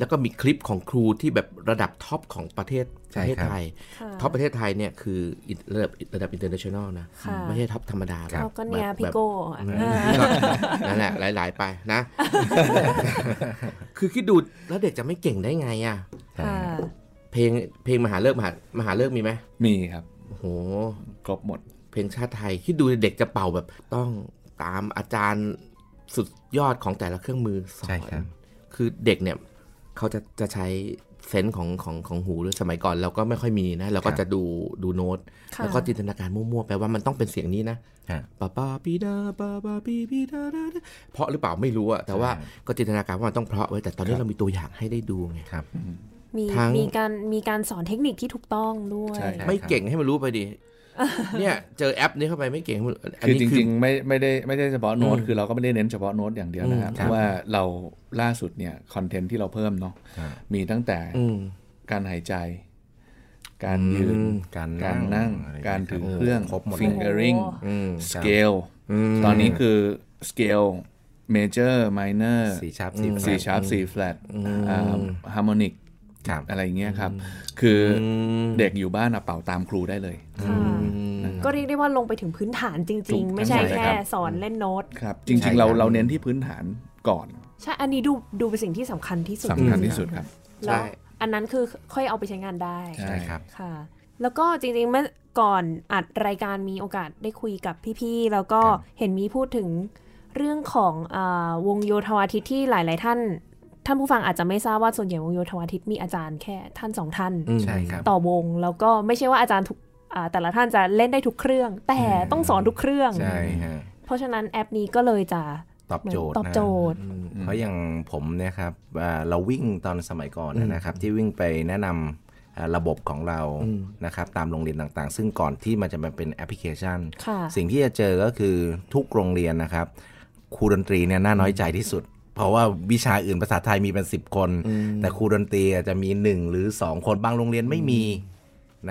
S5: แล้วก็มีคลิปของครูที่แบบระดับท็อปของประเทศ
S3: ใช่
S5: ประเทศ
S3: ครับ
S5: ไทย
S2: ค่ะ
S5: ท็อปประเทศไทยเนี่ยคืออินระดับระดับอินเตอร์เนชั่นแนลนะ
S2: ค่ะ
S5: ไม่ใช่ท็อปธรรมดา
S2: เราก็เนี่ย
S5: แบบ
S2: พี่โก้อ่ะ *laughs*
S5: แบบนั่นแหละหลาย ๆ ไปนะ คือคิดดูแล้วเด็กจะไม่เก่งได้ไงอ่ะ
S2: ค่ะ
S5: เพลงเพลงมหาเลิกมหามหาเลิกมีไหม
S4: มีครับ
S5: โอ้โห
S4: ครบหมด
S5: เพลงชาติไทย คิดดูเด็กจะเป่าแบบต้องตามอาจารย์สุดยอดของแต่ละเครื่องมือสอ
S3: ใช่ครั
S5: น
S3: บ
S5: คือเด็กเนี่ยเขาจะจะใช้เซนส์ของของของหูหรือสมัยก่อนเราก็ไม่ค่อยมีนะ เราก็จะดูดูโน้ต
S2: ค่ะ
S5: แล้วก็จินตนาการมั่วๆไปว่ามันต้องเป็นเสียงนี้นะ
S3: ฮะ
S5: ปาปาปีดาปาปาปีปีดาดาดาเพราะหรือเปล่าไม่รู้อะแต่ว่าก็จินตนาการว่ามันต้องเพราะไว้แต่ตอนนี้เรามีตัวอย่างให้ได้ดูไง
S3: ครับ
S2: มี
S5: ทั้ง
S2: มีการมีการสอนเทคนิคที่ถูกต้องด้วย
S4: ใช่ครับ
S5: ไม่เก่งให้มันรู้ไปดิเนี่ยเจอแอปนี้เข้าไปไม่เก่งให้มันน
S4: คือ
S5: นี้
S4: จริงๆไม่ไม่ได้ไม่ได้เฉพาะโน้ตคือเราก็ไม่ได้เน้นเฉพาะโน้ตอย่างเดียวนะครับเพราะว่าเราล่าสุดเนี่ยคอนเทนต์ที่เราเพิ่มเนาะ
S3: ครับ
S4: มีตั้งแต่
S5: อืม
S4: การหายใจ การยืน
S3: การ
S4: การนั่ง
S3: ะไ
S4: การถือ
S3: คบ
S4: เครื่อง
S3: ครบหมดเลย
S4: fingering
S2: โอ้โห
S5: อืม
S4: scale ตอนนี้คือ scale major minor
S3: สี่ชาร์ปสี่
S4: สี่ sharp สี่ flat อ่า harmonic
S3: ครับ
S4: อะไรอย่างเงี้ยครับ คืออเด็กอยู่บ้านอะเป่าตามครูได้เลย
S2: ค่ะก็เรียกได้ว่าลงไปถึงพื้นฐานจ
S4: ถู
S2: ริง
S4: ก
S2: ๆ ไม่ใช่
S4: ใช่ค
S2: แค่
S4: รับ
S2: สอนเล่นโน้ต
S4: ครับ จริง ๆ เรา
S3: ใช่ครับ
S4: เราเน้นที่พื้นฐานก่อน
S2: ใช่ อันนี้ดูดูเป็นสิ่งที่สำคัญที่สุด
S4: สำคัญที่สุดครับ
S5: ใช่
S2: แล้วอันนั้นคือค่อยเอาไปใช้งานได้
S4: ใช่
S3: ใช่ครับ
S2: ค่ะ แล้วก็จริงๆเมื่อก่อนอัดรายการมีโอกาสได้คุยกับพี่ๆ แล้วก็
S3: ครับ
S2: เห็นมีพูดถึงเรื่องของอาวงโยธวาทิตที่หลายๆท่าน ท่านผู้ฟังอาจจะไม่ทราบว่าส่วนใหญ่วงโยธวาทิตมีอาจารย์แค่ท่านสองท่าน
S5: อืม
S3: ใช่ครับ
S2: ต่อวง แล้วก็ไม่ใช่ว่าอาจารย์ทุกอ่าแต่ละท่านจะเล่นได้ทุกเครื่อง แต่ต้องสอนทุกเครื่อง
S3: ใช่ฮะ
S2: เพราะฉะนั้นแอปนี้ก็เลยจะ
S3: ตอบ
S2: เหมือน
S3: โ
S2: ต
S3: จทย์
S2: อบ
S3: นะ
S2: โจทย์
S3: เพราะอย่างผมเนี่ยครับอ่าเราวิ่งตอนสมัยก่อนนะครับที่วิ่งไปแนะนำอ่าระบบของเรานะครับตามโรงเรียนต่างๆ ซึ่งก่อนที่มันจะมาเป็นแอปพลิเคชัน
S2: ค่ะ
S3: สิ่งที่จะเจอก็คือทุกโรงเรียนนะครับครูดนตรีเนี่ยน่าน้อยใจที่สุด เพราะว่าวิชาอื่นภาษาไทยมีเป็น 10 คน แต่ครูดนตรีอาจจะมี 1 หรือ 2 คนบางโรงเรียนไม่มี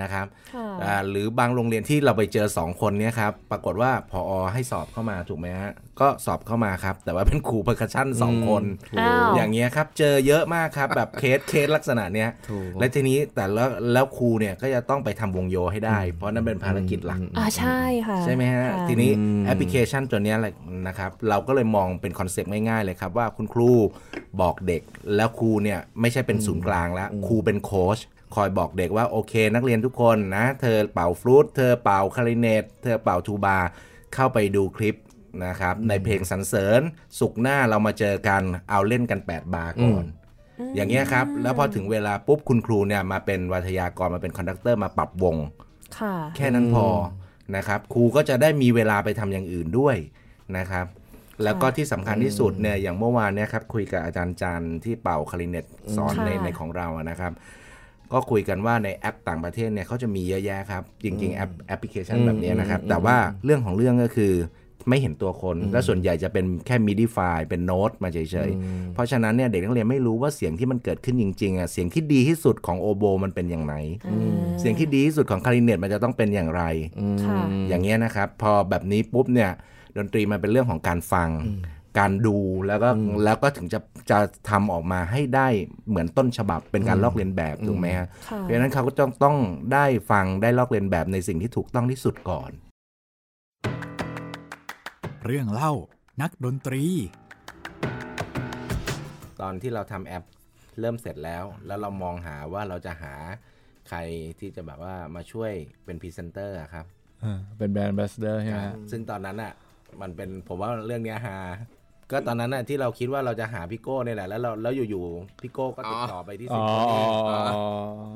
S3: นะครับ
S2: ค่ะ
S3: อ่าหรือบางโรงเรียนที่เราไปเจอ 2 คนเนี่ยครับปรากฏว่าพอให้สอบเข้ามาถูกไหมฮะก็สอบเข้ามาครับ แต่ว่าเป็นครูเพอร์คัชชั่นสองคน
S2: อ้าว
S3: อย่างเงี้ยครับ เจอเยอะมากครับ
S2: *laughs*
S3: แบบเคสเคสลักษณะเนี้ย
S5: ถูก
S3: และทีนี้แต่แล้วแล้วครูเนี่ยก็จะต้องไปทำวงโยให้ได้ เพราะนั่นเป็นภารกิจหลัก
S2: อ่าใช่ค่ะ
S3: ใช่ไหมฮะ
S2: ค่
S3: ทีนี้แอปพลิเคชันตัวเนี้ยแหละนะครับ เราก็เลยมองเป็นคอนเซปต์ง่ายๆเลยครับ ว่าคุณครูบอกเด็กแล้วครูเนี่ยไม่ใช่เป็นศูนย์กลางแล้ว ครูเป็นโค้ชคอยบอกเด็กว่า โอเค นักเรียนทุกคนนะ เธอเป่าฟลูตเธอเป่าคลาริเนตเธอเป่าทูบา เข้าไปดูคลิปนะครับ ในเพลงสรรเสริญ สุขหน้าเรามาเจอกันเอาเล่นกัน 8 บาร์ก่อน อย่างเงี้ยครับ แล้วพอถึงเวลาปุ๊บคุณครูเนี่ยมาเป็นวัทยากรมาเป็นคอนดักเตอร์มาปรับวง
S2: ค่ะ
S3: แค่นั้นพอนะครับครูก็จะได้มีเวลาไปทำอย่างอื่นด้วยนะครับ แล้วก็ที่สำคัญที่สุดเนี่ยอย่างเมื่อวานเนี่ยครับคุยกับอาจารย์จันทร์ที่เป่าคลาริเนตสอน
S2: ค่ะ
S3: ในในของเราอะนะครับ ก็คุยกันว่าในแอปต่างประเทศเนี่ยเขาจะมีเยอะแยะครับ จริง ๆ แอปแอปพลิเคชัน
S5: อืม
S3: แบบเนี้ยนะครับ
S5: อืม
S3: แต่ว่าเรื่องของเรื่องก็คือไม่เห็นตัวคน และส่วนใหญ่จะเป็นแค่ MIDI ไฟล์เป็นโน้ตมาเฉยๆ เพราะฉะนั้นเนี่ยเด็กนักเรียนไม่รู้ว่าเสียงที่มันเกิดขึ้นจริงๆอ่ะเสียงที่ดีที่สุดของโอโบมันเป็นอย่างไร เสียงที่ดีที่สุดของคลาริเนตมันจะต้องเป็นอย่างไร
S2: ค่ะ
S3: อย่างเงี้ยนะครับ พอแบบนี้ปุ๊บเนี่ยดนตรีมันเป็นเรื่องของการฟัง การดูแล้วก็แล้วก็ถึงจะจะทำออกมาให้ได้เหมือนต้นฉบับเป็นการลอกเลียนแบบถูกไหมฮะ
S2: ค่ะ
S3: เพราะฉะนั้นเขาก็ต้องต้องได้ฟังได้ลอกเลียนแบบในสิ่งที่ถูกต้องที่สุดก่อน
S1: เรื่องเล่านักดนตรี
S3: ตอนที่เราทำแอปเริ่มเสร็จแล้ว แล้วเรามองหาว่าเราจะหาใครที่จะแบบว่ามาช่วยเป็นพรีเซนเตอร์อะครับ
S4: อ่าเป็นแบรนด์แบสเดอร์ใช่ไหมฮะ
S3: ซึ่งตอนนั้นอ่ะ มันเป็นผมว่าเรื่องเนี้ยฮาก็ตอนนั้นน่ะที่เราคิดว่าเราจะหาพี่โก้เนี่ยแหละแล้วเราแล้วอยู่ๆพี่โก้ก็ติดต่อไปที่สิ
S4: อ๋
S3: ง
S4: อ
S3: คโปร์
S4: อ๋ออ๋อ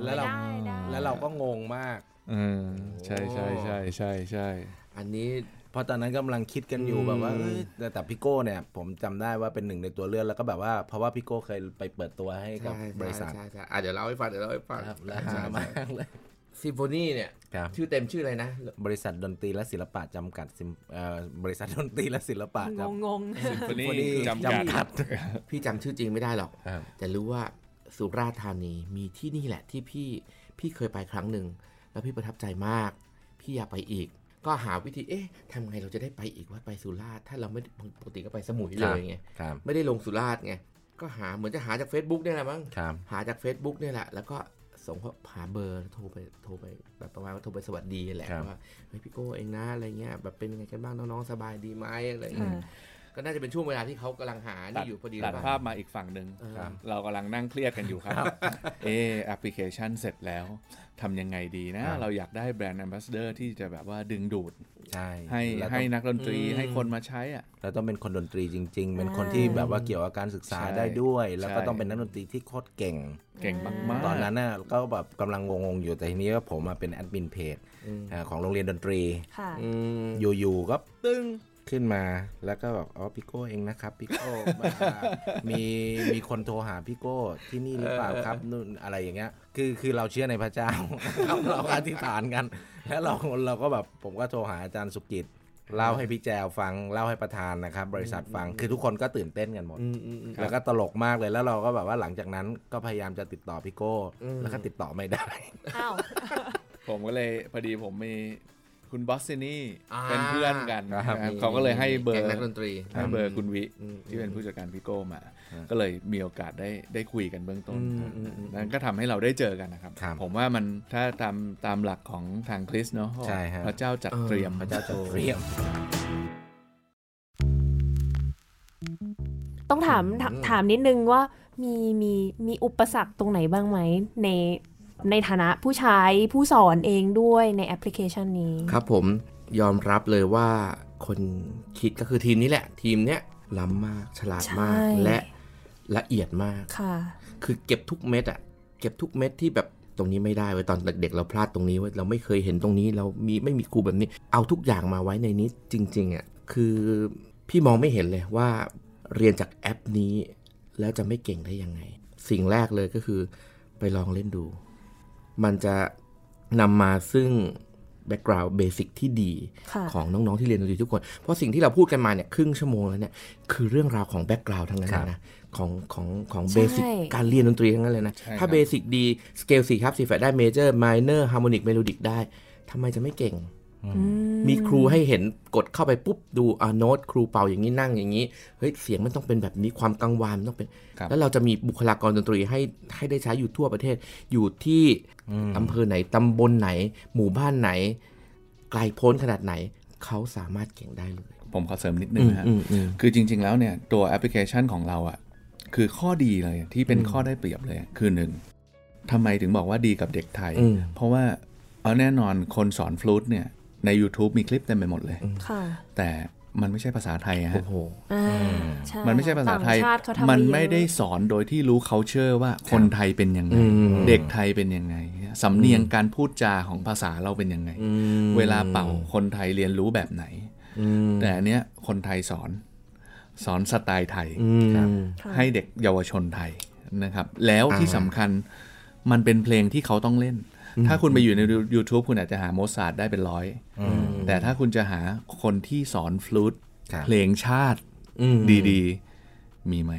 S3: แล้วเรา
S2: ได้ได้
S3: แล้วเราก็งงมาก
S4: อืมใช่ใช่ใช่ใช่ใช่
S5: อันนี้
S3: เพราะตอนนั้นกำลังคิดกันอยู่แบบว่าเอ้ยแต่แต่พี่โก้เนี่ย ผมจำได้ว่าเป็นหนึ่งในตัวเลือกแล้วก็แบบว่าเพราะว่าพี่โก้เคยไปเปิดตัวให้กับ
S5: ใช่
S3: บริษัท
S5: ใช่ใช่ใช่อ่ะเดี๋ยวเล่าให้ฟังเดี๋ยวเล่าให้ฟัง
S3: ครับและหามากเลย
S5: ซิมโฟนีเนี่ย
S3: ครับ
S5: ชื่อเต็มชื่ออะไรนะ
S3: บริษัทดนตรีและศิลปะจำกัดซิมเอ่อบริษัทดนตรีและศิลปะ
S2: ง
S3: จำ
S2: งงง
S4: Symphony จำกัด
S5: พี่จำชื่อจริงไม่ได้หรอก
S3: ครับ
S5: แต่รู้ว่าสุราษฎร์ธานีมีที่นี่แหละที่พี่พี่เคยไปครั้งหนึ่ง แล้วพี่ประทับใจมาก พี่อยากไปอีก ก็หาวิธีเอ๊ะทำไงเราจะได้ไปอีกว่าไปสุราษฎร์ถ้าเราไม่ปกติก็ไปสมุยเลยไง
S3: ครับ
S5: ไม่ได้ลงสุราษฎร์ไงก็หาเหมือนจะหาจาก Facebook เนี่ยแหละมั้ง
S3: ครับ
S5: หาจาก Facebook เนี่ยแหละ แล้วก็ส่งเขาหาเบอร์โทรไปโทรไปแบบประมาณว่าโทรไปสวัสดีแหละ
S3: ครับ
S5: ว่าเฮ้ยพี่โก้เองนะอะไรเงี้ยแบบเป็นยังไงกันบ้างน้องๆสบายดีไหมอะไรเงี้ย
S2: ค่ะ
S5: ก็น่าจะเป็นช่วงเวลาที่เขากำลังหานี่อยู่พอดีหรื
S4: ตั
S5: อ
S4: ด
S5: เปล่า
S4: ภาพมาอีกฝั่งหนึ่ง
S5: ครับ
S4: เรากำลังนั่งเครียดกันอยู่ครับ เออแอปพลิเคชันเสร็จแล้วทำยังไงดีนะ เราอยากได้แบรนด์ a อ b บ s สเดอร์ที่จะแบบว่าดึงดูด
S3: ใช่
S4: ให้
S3: แล้วก็
S4: ให้นักดนตรีให้คนมาใช้อ่ะ
S3: เราต้องเป็นคนดนตรีจริง ๆ เป็นคน
S2: อ่า
S3: ที่แบบว่าเกี่ยวกับการศึกษา
S4: ใช่
S3: ได้ด้วย แล้วก็
S4: ใช่
S3: ต้องเป็นนักดนตรีที่โคตรเก่ง
S4: เก่งมากๆ
S3: ตอนนั้นน่ะก็แบบกำลังงงๆอยู่แต่ทีนี้ว่าผมมาเป็นแอดมินเพจอ่าของโรงเรียนดนตรี
S2: ค่ะ
S5: อืม
S3: อยู่ๆก็ตึ้งขึ้นมาแล้วก็บอกอ๋อพี่โก้เองนะครับพี่โก้ *laughs* มามีมีคนโทรหาพี่โก้ที่นี่หรือเปล่าครับนู่นอะไรอย่างเงี้ยคือคือเราเชื่อในพระเจ้า *laughs* เราก็อธิษฐานกัน แล้วเราเราก็แบบผมก็โทรหาอาจารย์สุกิจเล่าให้พี่แจวฟังเล่าให้ประธานนะครับ บริษัทฟังคือทุกคนก็ตื่นเต้นกันหมด
S5: อืมอืมอืม
S3: แล้วก็ตลกมากเลยแล้วเราก็แบบว่าหลังจากนั้นก็พยายามจะติดต่อพี่โก้ แล้วก็ติดต่อไม่ได้
S2: อ้าว
S4: ผมก็เลยพอดีผมมีคุณบอสซินี่
S5: อ่า
S4: เป็นเพื่อนกัน
S3: ครับ
S4: นะครับเขาก็เลยให้เบอ
S5: แก๊
S4: ร์
S5: งนักดนตรี
S4: ให้เบอร์คุณวิ
S5: อืม
S4: ที่เป็นผู้จัดการพี่โก้มา ก็เลยมีโอกาสได้ได้คุยกันเบื้องต้น
S5: อืม
S4: ครับ
S5: อืมอืม
S4: นั่นก็ทำให้เราได้เจอกันนะครับ
S3: ครับ
S4: ผมว่ามันถ้าตามตามหลักของทางคริสต์เนาะเขาบอก
S3: ใช่ฮะ
S4: พระเจ้าจัดเตรียม
S3: พระเจ้าจะเรียม
S2: ต้องถามถามถามนิดนึงว่ามีมีมีอุปสรรคตรงไหนบ้างไหมในในฐานะผู้ใช้ผู้สอนเองด้วยในแอปพลิเคชันนี้
S5: ครับผมยอมรับเลยว่าคนคิดก็คือทีมนี้แหละ ทีมเนี้ยล้ำมากฉลาดมาก
S2: ใช่
S5: และละเอียดมาก
S2: ค่ะ
S5: คือเก็บทุกเม็ดอะเก็บทุกเม็ดที่แบบตรงนี้ไม่ได้ไว้ยตอนเด็กๆเราพลาดตรงนี้ไว้ยเราไม่เคยเห็นตรงนี้ เรามีไม่มีครูแบบนี้ เอาทุกอย่างมาไว้ในนี้จริงๆอะคือพี่มองไม่เห็นเลยว่าเรียนจากแอปนี้ แล้วจะไม่เก่งได้ยังไง สิ่งแรกเลยก็คือไปลองเล่นดู มันจะนำมาซึ่งแบ็กกราวด์เบสิกที่ดี
S2: ค่ะ
S5: ของน้องๆที่เรียนดนตรีทุกคน เพราะสิ่งที่เราพูดกันมาเนี่ยครึ่งชั่วโมงแล้วเนี่ยคือเรื่องราวของแบ็กกราวด์ทั้งนั้นเลยนะของของของเบสิก
S2: ใช่
S5: การเรียนดนตรีทั้งนั้นเลยนะ ถ้าเบสิกดี สเกลสี่ครับสี่แฟดได้เมเจอร์มายเนอร์ฮาร์โมนิกเมโลดิกได้ทำไมจะไม่เก่ง มีครูให้เห็นกดเข้าไปปุ๊บ ดูอ่าโน้ตครูเป่าอย่างนี้นั่งอย่างนี้ เฮ้ย เสียงมันต้องเป็นแบบนี้ความกังวานมันต้องเป็น แล้วเราจะมีบุคลากรดนตรีให้ให้ได้ใช้อยู่ทั่วประเทศ อยู่ที่อำเภอไหน ตำบลไหน หมู่บ้านไหน ไกลโพ้นขนาดไหน เขาสามารถเก่งได้เลย
S4: ผมขอเสริมนิดนึงนะฮะ คือจริง ๆ แล้วเนี่ยตัวแอปพลิเคชันของเราอะ่ะ คือข้อดีเลยที่เป็นข้อได้เปรียบเลย คือหนึ่งทำไมถึงบอกว่าดีกับเด็กไทย
S5: อืม
S4: เพราะว่าเอาแน่นอนคนสอนฟลูตเนี่ยใน YouTube มีคลิปเต็มไปหมดเลย
S2: ค่ะ
S4: แต่ มันไม่ใช่ภาษาไทยอะ
S5: โอ้
S4: ฮะ
S5: โห
S2: อ่าใช่
S4: มันไม่ใช่ภาษาไทย
S2: ต่งชติเขาทำ
S4: มั
S2: ป
S4: น
S2: เยอะ
S4: ไม่ได้สอนโดยที่รู้ culture ว่าคนไทยเป็นยังไง
S5: อืม
S4: เด็กไทยเป็นยังไง สำเนียงการพูดจาของภาษาเราเป็นยังไง
S5: อืม
S4: เวลาเป่าคนไทยเรียนรู้แบบไหน
S5: อืม
S4: แต่อันเนี้ยคนไทยสอน สอนสไตล์ไทย
S5: อืม
S4: ให้เด็กเยาวชนไทยนะครับ แล้วที่สำคัญมันเป็นเพลงที่เขาต้องเล่น ถ้าคุณไปอยู่ใน YouTube คุณอาจจะหาโมซาร์ทได้เป็นร้อย แต่ถ้าคุณจะหาคนที่สอนฟลูต
S3: ครับ
S4: เพลงชาติ
S5: อืม
S4: ดีๆ มีไหม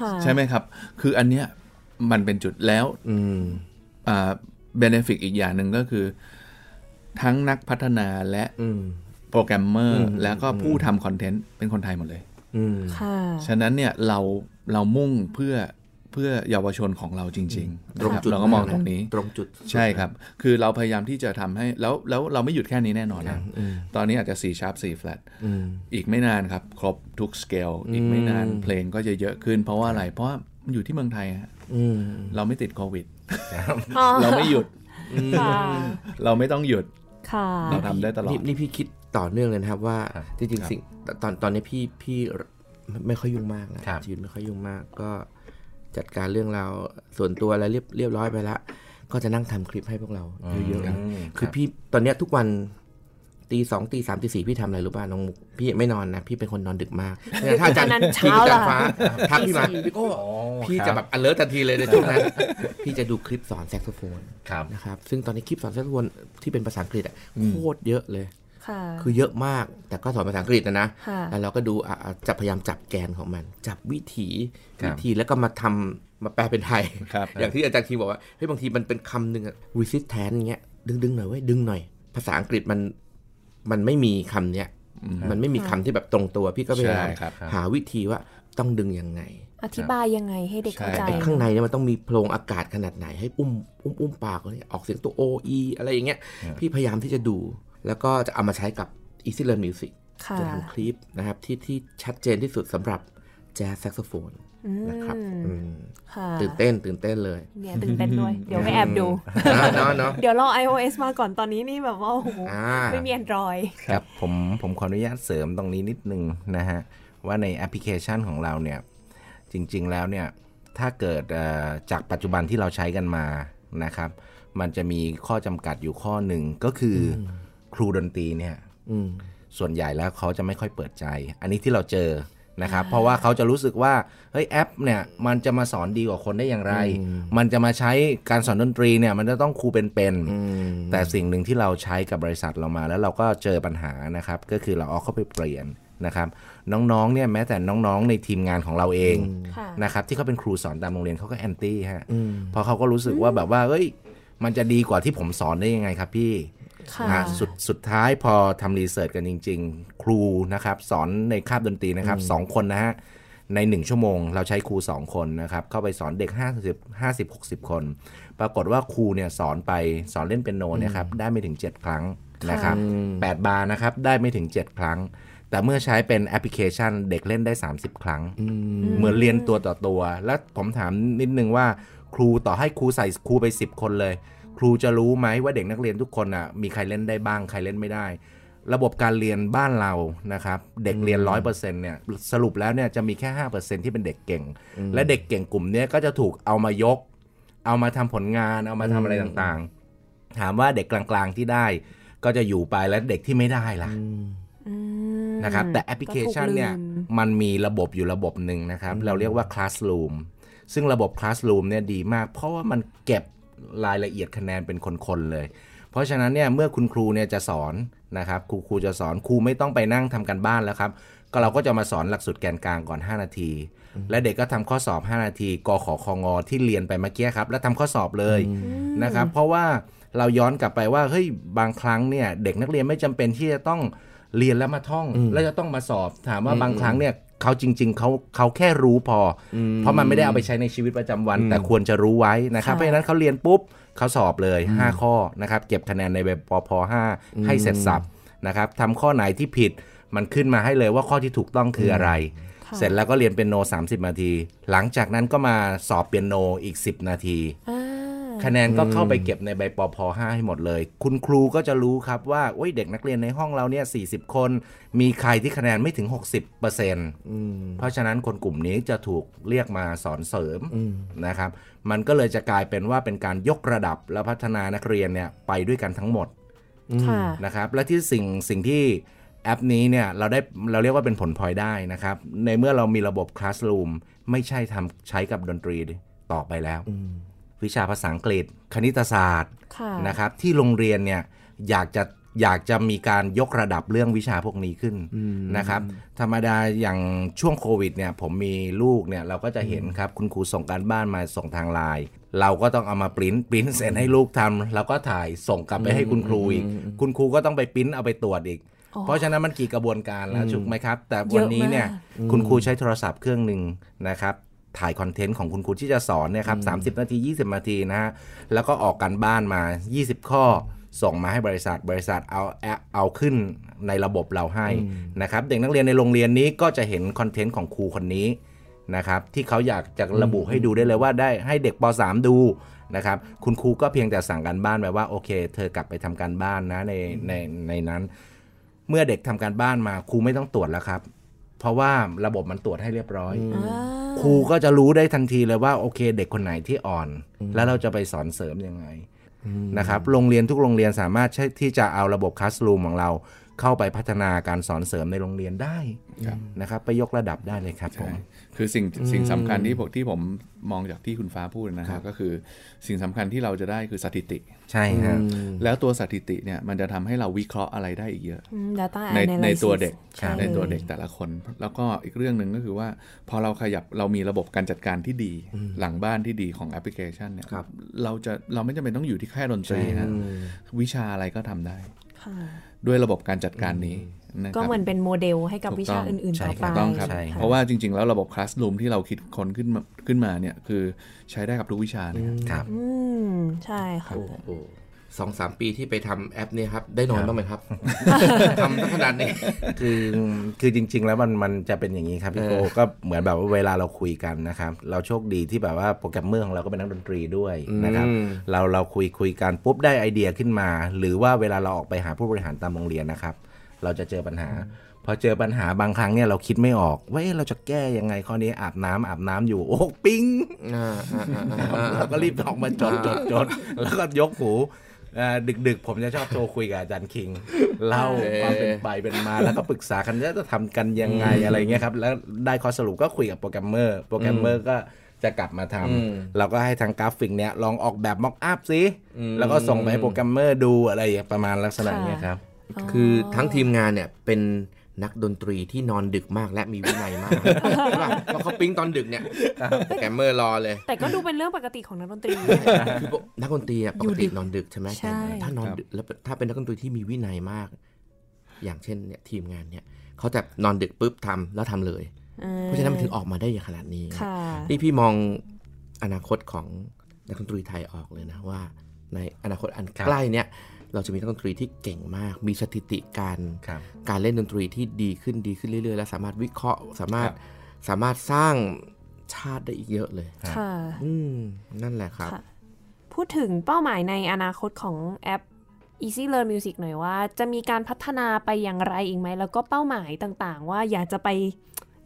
S2: ค่ะ
S4: ใช่ไหมครับ คืออันเนี้ยมันเป็นจุดแล้ว
S5: อืม
S4: อ่าเบนฟิกอีกอย่างหนึ่งก็คือ ทั้งนักพัฒนาและ
S5: อืม
S4: โปรแกรมเมอร์ แล้วก็ผู้ทำคอนเทนต์เป็นคนไทยหมดเลย
S5: อืม
S2: ค่ะ
S4: ฉะนั้นเนี่ยเราเรามุ่งเพื่อเพื่อเยาวชนของเราจริงๆ
S5: ตรง
S4: นะคบ
S5: จุด
S4: เราก็มอง
S5: มาก
S4: ตรงนี้
S5: ตรงจุด
S4: ใช่ครับ คือเราพยายามที่จะทำให้แล้วแล้วเราไม่หยุดแค่นี้แน่นอนนะตอนนี้อาจจะ 4 sharp 4 flat
S5: อืม
S4: อีกไม่นานครับ ครบทุกสเกลอีกไม่นานเพลงก็จะเยอะขึ้น เพราะว่าอะไรเพราะว่ามันอยู่ที่เมืองไทยฮะ
S5: อืม
S4: เราไม่ติดโควิด
S2: อ๋อ
S4: *laughs* เราไม่หยุด
S2: ค่ะ
S4: เราไม่ต้องหยุด
S2: ค่ะ
S4: เราทำได้ตลอด
S5: นี่นี่พี่คิดต่อเนื่องเลยนะครับว่าจริงๆสิ่งตตอนตอนนี้พี่พี่ไม่ไม่ค่อยยุ่งมากนะครับ ชีวิตไม่ค่อยยุ่งมาก ก็จัดการเรื่องราวส่วนตัวอะไรเรียบเรียบร้อยไปละก็จะนั่งทำคลิปให้พวกเราเยอะๆนะคือพี่ตอนเนี้ยทุกวันตีสองตีสามตีสี่พี่ทำอะไรรู้ป่ะน้องมุกพี่ไม่นอนนะ พี่เป็นคนนอนดึกมากเนี่ยถ้าอาจารย์
S2: อันนั้น
S5: พี่
S2: เช้า
S5: จา
S2: ละ
S5: ฟ้าทักพี่มาพี่โก้พี่จะแบบ alert ทันทีเลยในช่วงนั้นพี่จะดูคลิปสอนแซกโซโฟน
S3: ครับ
S5: นะครับซึ่งตอนนี้คลิปสอนแซกโซโฟนที่เป็นภาษาอังกฤษอะโคตรเยอะเลย
S2: ค่ะ
S5: คือเยอะมาก แต่ก็สอนภาษาอังกฤษนะนะ
S2: ค่ะ
S5: แล้วเราก็ดูอ่ะอ่ะจะพยายามจับแกนของมัน จับวิถี
S3: ครับ
S5: วิธีแล้วก็มาทำมาแปลเป็นไทย
S4: ครับ
S5: อย่างที่อาจารย์คีบอกว่า เฮ้ยบางทีมันเป็นคำหนึ่งอะ resistance อย่างเงี้ย ดึงดึงหน่อยเว้ย ดึงหน่อย ภาษาอังกฤษมัน มันไม่มีคำเนี้ย มันไม่มีคำที่แบบตรงตัว พี่ก็พยายาม
S4: ใช่ครับ
S5: หาวิธีว่าต้องดึงยังไง
S2: อธิบายยังไงให้เด็กเข้าใจ
S5: ไอ้ข้างในเนี่ยมันต้องมีโพรงอากาศขนาดไหนให้อุ้มอุ้มอุ้มปากเนี่ยออกเสียงตัว O E อะไรอย่างเงี้ยพี่พยายามที่จะดู แล้วก็จะเอามาใช้กับ Easy Learn Music
S2: ค่ะ
S5: จะทำคลิปนะครับที่ที่ชัดเจนที่สุดสำหรับแจ๊สแซกโซโฟน
S2: อืม
S5: นะครับอืม
S2: ค่ะ
S5: ตื่นเต้นตื่นเต้น
S2: *laughs*
S5: เลย
S2: เนี่ยตื่นเต้นด้วย เดี๋ยวไปแอบดู
S5: นะเนาะเนาะ
S2: เดี๋ยวรอ iOS มาก่อนตอนนี้นี่แบบว่าโอ้โห
S5: อ่า
S2: ไม่มี Android
S3: ครับผมผมขออนุญาตเสริมตรงนี้นิดนึงนะฮะ ว่าในแอปพลิเคชันของเราเนี่ย จริงๆแล้วเนี่ย ถ้าเกิดเอ่อจากปัจจุบันที่เราใช้กันมานะครับ มันจะมีข้อจำกัดอยู่ข้อหนึ่งก็คืออครูดนตรีเนี่ย
S5: อืม
S3: ส่วนใหญ่แล้วเขาจะไม่ค่อยเปิดใจ อันนี้ที่เราเจอนะครับ เพราะว่าเขาจะรู้สึกว่า เฮ้ยแอปเนี่ยมันจะมาสอนดีกว่าคนได้อย่างไร มันจะมาใช้การสอนดนตรีเนี่ยมันจะต้องครูเป็นๆ แต่สิ่งหนึ่งที่เราใช้กับบริษัทเรามา แล้วเราก็เจอปัญหานะครับ ก็คือเราเอาเข้าไปเปลี่ยนนะครับ น้องๆเนี่ยแม้แต่น้องๆ ในทีมงานของเราเอง
S2: ค่ะ
S3: นะครับที่เขาเป็นครูสอนตามโรงเรียนเขาก็แอนตี้ฮะเพราะเขาก็รู้สึกว่าแบบว่าเอ้ย มันจะดีกว่าที่ผมสอนได้ยังไงครับพี่
S2: ค่ะ
S3: อ่ะสุดสุดท้ายพอทำรีเสิร์ชกันจริง ๆ ครูนะครับ สอนในคาบดนตรีนะครับสองคนนะฮะใน 1 ชั่วโมง เราใช้ครู 2 คนนะครับ เข้าไปสอนเด็ก 50 50 60 คน ปรากฏว่าครูเนี่ยสอนไปสอนเล่นเปียโนเนะครับได้ไม่ถึง 7 ครั้งนะครับ8บาร์นะครับได้ไม่ถึง 7 ครั้ง แต่เมื่อใช้เป็นแอปพลิเคชันเด็กเล่นได้ 30 ครั้ง เหมือนเรียนตัวต่อตัว แล้วผมถามนิดนึงว่า ครูต่อให้ครูใส่ครูไป 10 คนเลย ครูจะรู้ไหมว่าเด็กนักเรียนทุกคนอ่ะมีใครเล่นได้บ้างใครเล่นไม่ได้ ระบบการเรียนบ้านเรานะครับ เด็กเรียน 100%เนี่ยสรุปแล้วเนี่ยจะมีแค่ 5%ที่เป็นเด็กเก่ง และเด็กเก่งกลุ่มเนี้ยก็จะถูกเอามายก เอามาทำผลงานเอามาทำอะไรต่างๆ ถามว่าเด็กกลางๆที่ได้ ก็จะอยู่ไปแล้วเด็กที่ไม่ได้ล่ะ
S2: อืม
S3: นะครับแต่แอปพลิเคชันเนี่ย
S2: ก็ถูกลืม
S3: มันมีระบบอยู่ระบบหนึ่งนะครับ เราเรียกว่า Classroom ซึ่งระบบ Classroom เนี่ยดีมาก เพราะว่ามันเก็บรายละเอียดคะแนนเป็นคนๆเลย เพราะฉะนั้นเนี่ยเมื่อคุณครูเนี่ยจะสอนนะครับครูครูจะสอนครูไม่ต้องไปนั่งทำกันบ้านแล้วครับ ก็เราก็จะมาสอนหลักสูตรแกนกลางก่อน 5 นาที และเด็กก็ทำข้อสอบ 5 นาทีกขอคองอที่เรียนไปเมื่อกี้ครับ แล้วทำข้อสอบเลยนะครับ เพราะว่าเราย้อนกลับไปว่าเฮ้ยบางครั้งเนี่ยเด็กนักเรียนไม่จำเป็นที่จะต้องเรียนแล้วมาท่อง แล้วจะต้องมาสอบถามว่าบางครั้งเนี่ยเขาจริง ๆเขาเขาแค่รู้พออเพราะมันไม่ได้เอาไปใช้ในชีวิตประจำวัน แต่ควรจะรู้ไว้นะครับ
S2: ค่ะ
S3: เพราะฉะนั้นเขาเรียนปุ๊บเขาสอบเลย 5 ข้อนะครับเก็บคะแนนในแบบปพ5ให้เสร็จสับนะครับทำข้อไหนที่ผิดมันขึ้นมาให้เลยว่าข้อที่ถูกต้องคืออะไร
S2: ค่ะ
S3: เสร็จแล้วก็เรียนเปียโน 30 นาที หลังจากนั้นก็มาสอบเปียโนอีก 10 นาที
S2: อ่า
S3: คะแนนก็เข้าไปเก็บในใบปอพ5ให้หมดเลย คุณครูก็จะรู้ครับว่าโอ้ยเด็กนักเรียนในห้องเราเนี่ย40 คน มีใครที่คะแนนไม่ถึง 60%เปอร์เซ็นต์
S5: อืม
S3: เพราะฉะนั้นคนกลุ่มนี้จะถูกเรียกมาสอนเสริม
S5: อืม
S3: นะครับ มันก็เลยจะกลายเป็นว่าเป็นการยกระดับและพัฒนานักเรียนเนี่ยไปด้วยกันทั้งหมด
S2: ค่ะ
S3: นะครับ และที่สิ่งสิ่งที่แอปนี้เนี่ยเราได้เราเรียกว่าเป็นผลพลอยได้นะครับ ในเมื่อเรามีระบบ Classroom ไม่ใช่ทำใช้กับดนตรีต่อไปแล้ว
S5: อืม
S3: วิชาภาษาอังกฤษ คณิตศาสตร์
S2: ค่ะ
S3: นะครับที่โรงเรียนเนี่ยอยากจะอยากจะมีการยกระดับเรื่องวิชาพวกนี้ขึ้นนะครับธรรมดาอย่างช่วงโควิดเนี่ยผมมีลูกเนี่ยเราก็จะเห็นครับคุณครูส่งการบ้านมาส่งทางไลน์เราก็ต้องเอามาปริ้นปริ้นเสร็จให้ลูกทำแล้วก็ถ่ายส่งกลับไปให้คุณครูอีก คุณครูก็ต้องไปปริ้นเอาไปตรวจอีก
S2: อ๋อ
S3: เพราะฉะนั้นมันกี่กระบวนการแล้วถูกไหมครับ แต่
S2: เย
S3: วัน
S2: อะ
S3: นี้เนี่ย
S2: มาก
S3: คุณครูใช้โทรศัพท์เครื่องหนึ่งนะครับถ่ายคอนเทนต์ของคุณครูที่จะสอนเนี่ยครับ30 นาที 20 นาทีนะฮะ แล้วก็ออกการบ้านมา 20 ข้อ ส่งมาให้บริษัท บริษัทเอาแอปเอาขึ้นในระบบเราให้นะครับ เด็กนักเรียนในโรงเรียนนี้ก็จะเห็นคอนเทนต์ของครูคนนี้นะครับ ที่เขาอยากจะระบุให้ดูได้เลยว่าได้ให้เด็กป .3 ดูนะครับ คุณครูก็เพียงแต่สั่งการบ้านไปว่าโอเค เธอกลับไปทำการบ้านนะในในในนั้น เมื่อเด็กทำการบ้านมาครูไม่ต้องตรวจแล้วครับ เพราะว่าระบบมันตรวจให้เรียบร้อย
S2: อ่า
S3: ครูก็จะรู้ได้ทันทีเลยว่าโอเค เด็กคนไหนที่อ่อน แล้วเราจะไปสอนเสริมยังไงนะครับโรงเรียนทุกโรงเรียนสามารถใช้ที่จะเอาระบบคัสรูมของเรา เข้าไปพัฒนาการสอนเสริมในโรงเรียนได้
S4: ครับ
S3: นะครับ ไปยกระดับได้เลยครับผม
S4: คือสิ่งสิ่งสำคัญที่ผมที่ผมมองจากที่คุณฟ้าพูดนะครับ ก็คือสิ่งสำคัญที่เราจะได้คือสถิติ
S3: ใช่ครับ
S4: แล้วตัวสถิติเนี่ยมันจะทำให้เราวิเคราะห์อะไรได้อีกเยอะ
S2: อืม data
S4: ใน
S2: analysis
S4: ในตัวเด็ก
S2: ช่
S4: ในตัว
S2: ลย
S4: เด็กแต่ละคน แล้วก็อีกเรื่องหนึ่งก็คือว่า พอเราขยับเรามีระบบการจัดการที่ดี หลังบ้านที่ดีของแอปพลิเคชันเนี่ย
S5: ครับ
S4: เราจะเราไม่จำเป็นต้องอยู่ที่แค่ดนตรีนะวิชาอะไรก็ทำได้
S2: ค่ะ
S4: ด้วยระบบการจัดการนี้นะค
S2: ก็
S4: รับ
S2: เหมือนเป็นโมเดลให้กับ
S4: ถูก
S2: วิชา
S4: ต้อง
S2: อื่น ๆ
S3: ใช่
S2: ต่อ
S3: ค
S2: ไป
S3: รับ
S4: ถูกต้องครับ
S3: ใช่ครับ
S4: เพราะว่าจริง ๆ แล้วระบบคลาส o ูมที่เราคิดค้นขึ้นมาขึ้นมาเนี่ยคือใช้ได้กับทุกวิชานะครับ
S3: ครับ
S2: อืม ใช่ค่ะ
S5: โอ้โหสองสามปีที่ไปทำแอปเนี่ยครับ ได้นอนบ้าง
S2: *laughs*
S5: ไหมครับ ทำตั้งขนาดนี้
S3: คือคือจริง ๆ แล้วมันมันจะเป็นอย่างนี้ครับพี่โก
S5: เออ
S3: ก็เหมือนแบบว่าเวลาเราคุยกันนะครับ เราโชคดีที่แบบว่าโปรแกรมเมอร์ของเราก็เป็นนักดนตรีด้วยนะครับ
S5: อืม
S3: เราเราคุยคุยกันปุ๊บได้ไอเดียขึ้นมา หรือว่าเวลาเราออกไปหาผู้บริหารตามโรงเรียนนะครับ เราจะเจอปัญหา พอเจอปัญหาบางครั้งเนี่ยเราคิดไม่ออกว่าเอ๊ะเราจะแก้ยังไงข้อนี้อาบน้ำอาบน้ำอยู่ โอ้ปิ้ง
S5: อ่าอ่าอ่าอ่าอ่า
S3: เราก็รีบออกมาจดจดจดแล้วก็ยกหูเอ่อดึกๆ ผมจะชอบโทรคุยกับอาจารย์คิง เล่าความเป็นไปเป็นมาแล้วก็ปรึกษากันว่าจะทำกันยังไงอะไรเงี้ยครับ แล้วได้ข้อสรุปก็คุยกับโปรแกรมเมอร์ โปรแกรมเมอร์ก็จะกลับมาทำ
S5: อืม
S3: เราก็ให้ทางกราฟิกเนี่ยลองออกแบบม็อกอัพสิแล้วก็ส่งไปให้โปรแกรมเมอร์ดูอะไรอย่างประมาณลักษณะเนี้ยครับ
S5: คือทั้งทีมงานเนี่ยเป็นนักดนตรีที่นอนดึกมากและมีวินัยมาก *laughs* ใช่ป่ะเพราะเขาปิ๊งตอนดึกเนี่ยแกรมเมอร์รอเลย
S2: แต่ก็ดูเป็นเรื่องปกติของนักดนตรี
S5: คือปกนักดนตรีอะปกตินอนดึกใช่ไหม
S2: ใช่
S5: แต่ถ้านอน
S4: ครับ
S5: ดึกแล้วถ้าเป็นนักดนตรีที่มีวินัยมาก อย่างเช่นเนี่ยทีมงานเนี่ยเขาจะนอนดึกปุ๊บทำแล้วทำเลย
S2: อ่
S5: เพราะฉะนั้นมันถึงออกมาได้อย่างขนาดนี้
S2: ค่ะ
S5: นี่พี่มองอนาคตของนักดนตรีไทยออกเลยนะว่า ในอนาคตอัน
S3: ครับ
S5: ใกล้เนี่ยเราจะมีนักดนตรีที่เก่งมาก มีสถิติการ
S3: ครับ
S5: การเล่นดนตรีที่ดีขึ้นดีขึ้นเรื่อยๆ และสามารถวิเคราะห์ สามารถ
S4: ครับ
S5: สามารถสร้างชาติได้อีกเยอะเลย
S2: ค่ะ
S5: อืมนั่นแหละครับ
S2: ค่ะ พูดถึงเป้าหมายในอนาคตของแอป Easy Learn Music หน่อยว่า จะมีการพัฒนาไปอย่างไรอีกไหม แล้วก็เป้าหมายต่างๆ ว่าอยากจะไป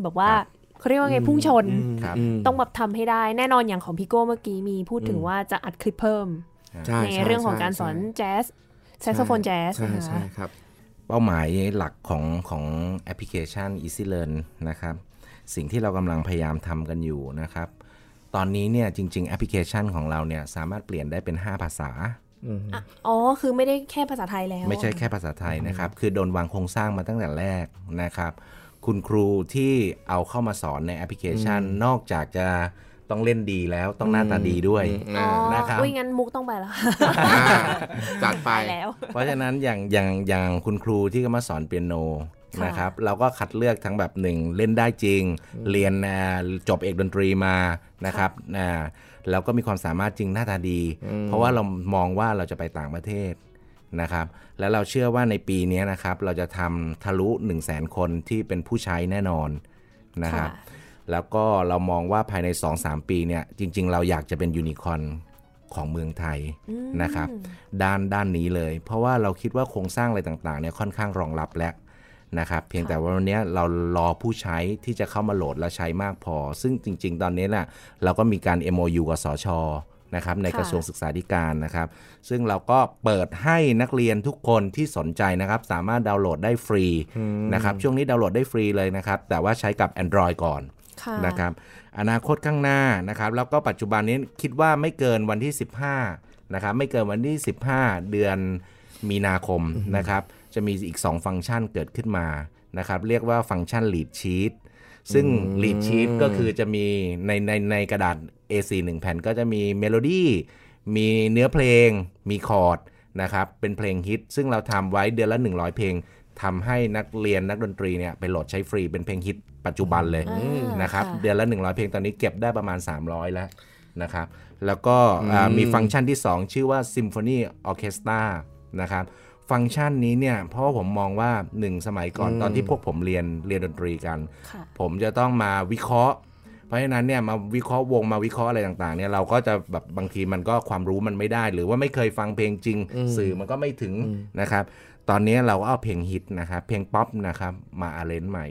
S2: แบบว่าเขาเรียกว่าไงพุ่งชน
S3: ครับ
S2: ต้องแบบทำให้ได้แน่นอนอย่างของพี่โก้เมื่อกี้มีพูดถึงว่าจะอัดคลิปเพิ่ม
S5: ใช่
S2: ใน
S5: ช่
S2: เรื่องของ
S5: ใช่
S2: การสอนแจ๊สแซกโซโฟนแจ๊ส
S5: ใช่
S2: นะ
S5: ใช่
S2: คะ
S3: *laughs*
S5: ครับ
S3: เป้าหมายหลักของของแอปพลิเคชัน Easy Learn นะครับ สิ่งที่เรากำลังพยายามทำกันอยู่นะครับ ตอนนี้เนี่ยจริง ๆ แอปพลิเคชันของเราเนี่ยสามารถเปลี่ยนได้เป็น 5 ภาษา
S2: อ๋อ คือไม่ได้แค่ภาษาไทยแล้ว
S3: ไม่ใช่แค่ภาษาไทยนะครับ คือโดนวางโครงสร้างมาตั้งแต่แรกนะครับ คุณครูที่เอาเข้ามาสอนในแอปพลิเคชัน นอกจากจะต้องเล่นดีแล้วต้องหน้าตาดีด้วย
S2: อ๋อ
S3: นะครับ
S2: อุ้ยงั้นมุกต้องไปแล้ว
S5: อ่าจัดไป
S2: ไปแล้ว
S3: *laughs* เพราะฉะนั้นอย่างอย่างอย่างคุณครูที่ก็มาสอนเปียโน
S2: ค่ะ
S3: นะครับ เราก็คัดเลือกทั้งแบบหนึ่งเล่นได้จริง เรียนอ่าจบเอกดนตรีมานะครับอ่าแล้วก็มีความสามารถจริงหน้าตาดี เพราะว่าเรามองว่าเราจะไปต่างประเทศนะครับ และเราเชื่อว่าในปีนี้นะครับ เราจะทำทะลุ 1 0 0 0 0แสนคนที่เป็นผู้ใช้แน่นอนนะครับ แล้วก็เรามองว่าภายใน 2-3 ปีเนี่ยจริง ๆ เราอยากจะเป็นยูนิคอร์น ของเมืองไทย
S2: อืม
S3: นะครับ ด้านด้านนี้เลย เพราะว่าเราคิดว่าโครงสร้างอะไรต่างๆเนี่ยค่อนข้างรองรับแล้วนะครับ เพียงแต่ว่าวันเนี้ยเรารอผู้ใช้ที่จะเข้ามาโหลดและใช้มากพอ ซึ่งจริง ๆ ตอนนี้น่ะเราก็มีการ MOU กับสชนะครับในกระทรวงศึกษาธิการนะครับ ซึ่งเราก็เปิดให้นักเรียนทุกคนที่สนใจนะครับ สามารถดาวน์โหลดได้ฟรีนะครับช่วงนี้ดาวน์โหลดได้ฟรีเลยนะครับ แต่ว่าใช้กับ Android ก่อน
S2: ค่ะ
S3: นะครับอนาคตข้างหน้านะครับแล้วก็ปัจจุบันนี้คิดว่าไม่เกินวันที่ 15นะครับไม่เกินวันที่ 15 เดือนมีนาคมนะครับจะมีอีก 2 ฟังก์ชันเกิดขึ้นมานะครับเรียกว่าฟังก์ชัน lead sheet ซึ่ง lead sheet ก็คือจะมีในในในกระดาษ A4 1 แผ่นก็จะมีเมโลดี้มีเนื้อเพลง มีคอร์ดนะครับเป็นเพลงฮิต ซึ่งเราทำไว้เดือนละ 100 เพลงทำให้นักเรียนนักดนตรีเนี่ยไปโหลดใช้ฟรีเป็นเพลงฮิตปัจจุบันเลย
S2: อ่า
S3: นะครับ
S2: ค่ะ
S3: เดือนละ 100 เพลงตอนนี้เก็บได้ประมาณ 300 แล้วนะครับ แล้วก็อ่ามีฟังก์ชันที่ 2 ชื่อว่า Symphony Orchestra นะครับ ฟังก์ชันนี้เนี่ย เพราะว่าผมมองว่า 1 สมัยก่อนตอนที่พวกผมเรียนเรียนดนตรีกัน
S2: ค่ะ
S3: ผมจะต้องมาวิเคราะห์ เพราะฉะนั้นเนี่ยมาวิเคราะห์วงมาวิเคราะห์อะไรต่างๆเนี่ยเราก็จะแบบบางทีมันก็ความรู้มันไม่ได้ หรือว่าไม่เคยฟังเพลงจริง สื่อมันก็ไม่ถึงนะครับ ตอนนี้เราก็เอาเพลงฮิตนะครับ เพลงป๊อปนะครับ มาอาเลนใหม่